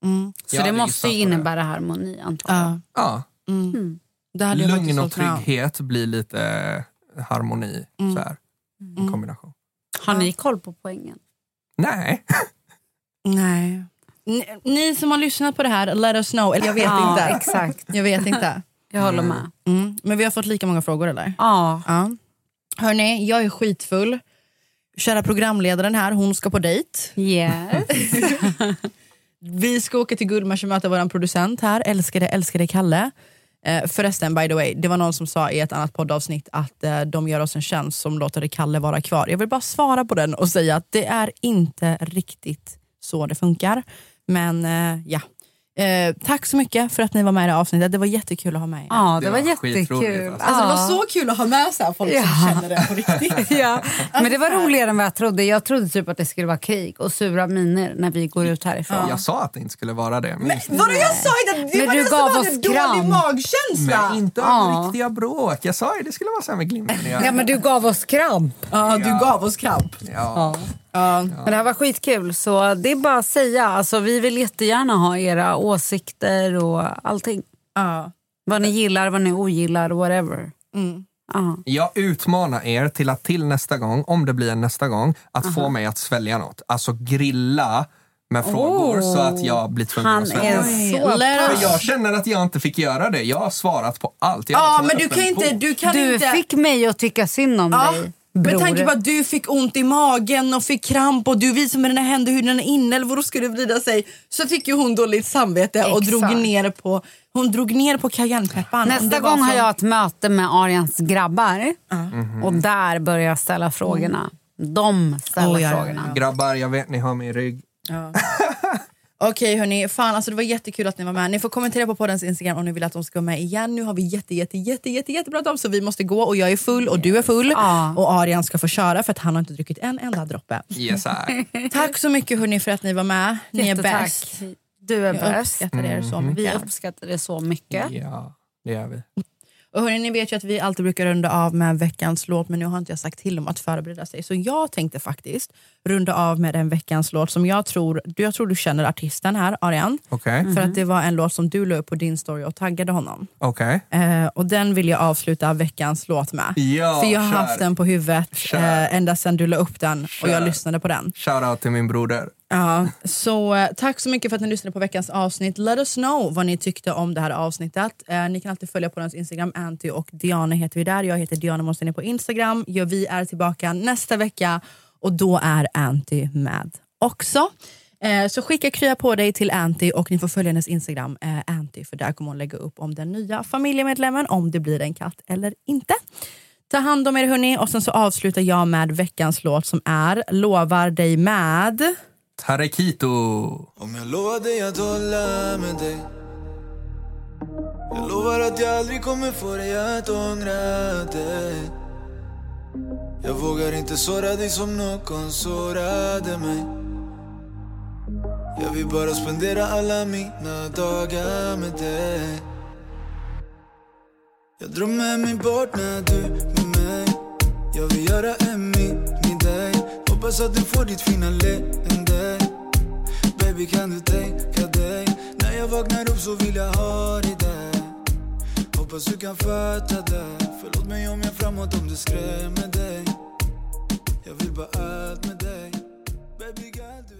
[SPEAKER 5] Mm.
[SPEAKER 6] Så
[SPEAKER 7] Jag
[SPEAKER 6] det
[SPEAKER 7] hade
[SPEAKER 6] måste ju
[SPEAKER 7] gissat på det.
[SPEAKER 6] innebära harmoni antagligen.
[SPEAKER 5] Ja.
[SPEAKER 7] Ja.
[SPEAKER 5] Mm.
[SPEAKER 6] Mm.
[SPEAKER 5] Det hade jag
[SPEAKER 7] Lugn
[SPEAKER 5] faktiskt
[SPEAKER 7] och
[SPEAKER 5] hållit med om.
[SPEAKER 7] trygghet blir lite eh, harmoni.
[SPEAKER 5] Mm.
[SPEAKER 7] Så här, en
[SPEAKER 5] Mm.
[SPEAKER 7] kombination.
[SPEAKER 6] Har ni koll på poängen?
[SPEAKER 7] Nej.
[SPEAKER 5] Nej. Ni, ni som har lyssnat på det här, let us know. Eller jag vet
[SPEAKER 6] Ja,
[SPEAKER 5] inte.
[SPEAKER 6] exakt.
[SPEAKER 5] Jag vet inte.
[SPEAKER 6] Jag håller med.
[SPEAKER 5] Mm. Men vi har fått lika många frågor eller?
[SPEAKER 6] Ja.
[SPEAKER 5] Ja. Hörni, jag är skitfull. Kära programledaren här, hon ska på dejt.
[SPEAKER 6] Yes.
[SPEAKER 5] Vi ska åka till Gullmars och möta vår producent här, älskade, älskade Kalle. Eh, förresten, by the way, det var någon som sa i ett annat poddavsnitt att eh, de gör oss en tjänst som låter Kalle vara kvar. Jag vill bara svara på den och säga att det är inte riktigt så det funkar. Men eh, ja, eh, tack så mycket för att ni var med i det här avsnittet. Det var jättekul att ha med er.
[SPEAKER 6] Ja, det,
[SPEAKER 7] Det
[SPEAKER 6] var,
[SPEAKER 7] var
[SPEAKER 6] jättekul.
[SPEAKER 7] skitroligt, alltså.
[SPEAKER 5] Alltså, det var så kul att ha med så här folk som
[SPEAKER 6] Ja.
[SPEAKER 5] känner det på riktigt.
[SPEAKER 6] Alltså, Ja, men det var roligare än vad jag trodde. Jag trodde typ att det skulle vara krig och sura miner när vi går ut härifrån.
[SPEAKER 7] Jag sa att det inte skulle vara det. Men,
[SPEAKER 5] Vadå jag sa ju det? Det
[SPEAKER 6] Men
[SPEAKER 5] var
[SPEAKER 6] du
[SPEAKER 5] du
[SPEAKER 6] gav
[SPEAKER 5] gav
[SPEAKER 6] oss
[SPEAKER 5] oss dålig
[SPEAKER 6] kram.
[SPEAKER 5] magkänsla.
[SPEAKER 7] men inte
[SPEAKER 6] Ja.
[SPEAKER 7] av riktiga bråk. Jag sa ju det skulle vara så här med glimten i
[SPEAKER 6] Ja,
[SPEAKER 7] ögat.
[SPEAKER 6] men du gav oss kramp.
[SPEAKER 5] Ja, du gav oss kramp.
[SPEAKER 7] Ja.
[SPEAKER 5] Ja.
[SPEAKER 6] Men det här var skitkul, så det är bara att säga. Alltså, vi vill jättegärna ha era åsikter och allting.
[SPEAKER 5] Ja.
[SPEAKER 6] Vad ni gillar, vad ni ogillar, whatever.
[SPEAKER 5] Mm.
[SPEAKER 6] Ja.
[SPEAKER 7] Jag utmanar er till att till nästa gång, om det blir en nästa gång, att få mig att svälja något. Alltså grilla med frågor så att jag blir tvungen
[SPEAKER 6] Han
[SPEAKER 7] att svälja.
[SPEAKER 6] är
[SPEAKER 7] något.
[SPEAKER 6] så
[SPEAKER 5] Let
[SPEAKER 7] För
[SPEAKER 5] us-
[SPEAKER 7] jag känner att jag inte fick göra det. Jag har svarat på allt. Jag har
[SPEAKER 5] Ja,
[SPEAKER 7] varit
[SPEAKER 5] men
[SPEAKER 7] en
[SPEAKER 5] du
[SPEAKER 7] öppen
[SPEAKER 5] kan inte...
[SPEAKER 7] bok.
[SPEAKER 5] Du kan
[SPEAKER 6] Du
[SPEAKER 5] inte...
[SPEAKER 6] fick mig att tycka synd om
[SPEAKER 5] ja,
[SPEAKER 6] dig, bror.
[SPEAKER 5] Med tanke på att du fick ont i magen och fick kramp och du visade med dina händer hur dina inälvor skulle vrida sig så fick ju hon dåligt samvete och
[SPEAKER 6] Exakt.
[SPEAKER 5] drog ner på hon drog ner på cayennepepparn. Och
[SPEAKER 6] Nästa
[SPEAKER 5] det var
[SPEAKER 6] gång har
[SPEAKER 5] så-
[SPEAKER 6] jag ett möte med Arians grabbar och där börjar jag ställa frågorna. De ställer
[SPEAKER 5] Oh, ja, ja,
[SPEAKER 6] frågorna.
[SPEAKER 7] Grabbar, jag vet ni har min rygg.
[SPEAKER 5] Okej hörni, fan alltså det var jättekul att ni var med. Ni får kommentera på poddens Instagram om ni vill att de ska vara med igen. Nu har vi jätte, jätte, jätte, jätte, jättebråttom så vi måste gå och jag är full och du är full och Arian ska få köra för att han har inte druckit en enda droppe.
[SPEAKER 7] Yes, I.
[SPEAKER 5] Tack så mycket hörni för att ni var med. Ni är
[SPEAKER 6] Jättetack. Mm,
[SPEAKER 5] bäst.
[SPEAKER 6] Du är
[SPEAKER 5] Jag
[SPEAKER 6] bäst.
[SPEAKER 5] uppskattar er så
[SPEAKER 7] Mm.
[SPEAKER 6] Vi
[SPEAKER 5] mycket.
[SPEAKER 6] uppskattar det så mycket.
[SPEAKER 7] Ja, det gör vi.
[SPEAKER 5] Och hörni, ni vet ju att vi alltid brukar runda av med veckans låt men nu har inte jag sagt till dem att förbereda sig. Så jag tänkte faktiskt runda av med en veckans låt som jag tror, jag tror du känner artisten här, Arian.
[SPEAKER 7] Okej.
[SPEAKER 5] För att det var en låt som du la upp på din story och taggade honom.
[SPEAKER 7] Okej.
[SPEAKER 5] Eh, och den vill jag avsluta veckans låt med.
[SPEAKER 7] Ja,
[SPEAKER 5] För jag har
[SPEAKER 7] kör.
[SPEAKER 5] haft den på huvudet eh, ända sedan du la upp den och jag
[SPEAKER 7] Kör.
[SPEAKER 5] lyssnade på den.
[SPEAKER 7] Shoutout till min broder.
[SPEAKER 5] Ja, så eh, tack så mycket för att ni lyssnade på veckans avsnitt. Let us know vad ni tyckte om det här avsnittet. Eh, ni kan alltid följa på deras Instagram, Anty och Diana heter vi där. Jag heter Diana Monsen på Instagram. Ja, vi är tillbaka nästa vecka och då är Anty med också. Eh, så skicka krya på dig till Anty och ni får följa hennes Instagram, eh, Anty, för där kommer hon lägga upp om den nya familjemedlemmen, om det blir en katt eller inte. Ta hand om er hörni och sen så avslutar jag med veckans låt som är Lovar dig med...
[SPEAKER 7] Tarekito.
[SPEAKER 11] Om jag lovar dig att hålla med dig Jag lovar att jag aldrig kommer få dig att ångra dig Jag vågar inte såra dig som någon sårade mig Jag vill bara spendera alla mina dagar med dig Jag drömmer mig bort när du är med mig Jag vill göra en mini dig Hoppas att du får ditt fina leende Baby kan du tänka dig När jag vaknar upp så vill jag ha dig där Hoppas du kan fatta det Förlåt mig om jag framåt om det skrämmer dig Jag vill bara allt med dig Baby kan du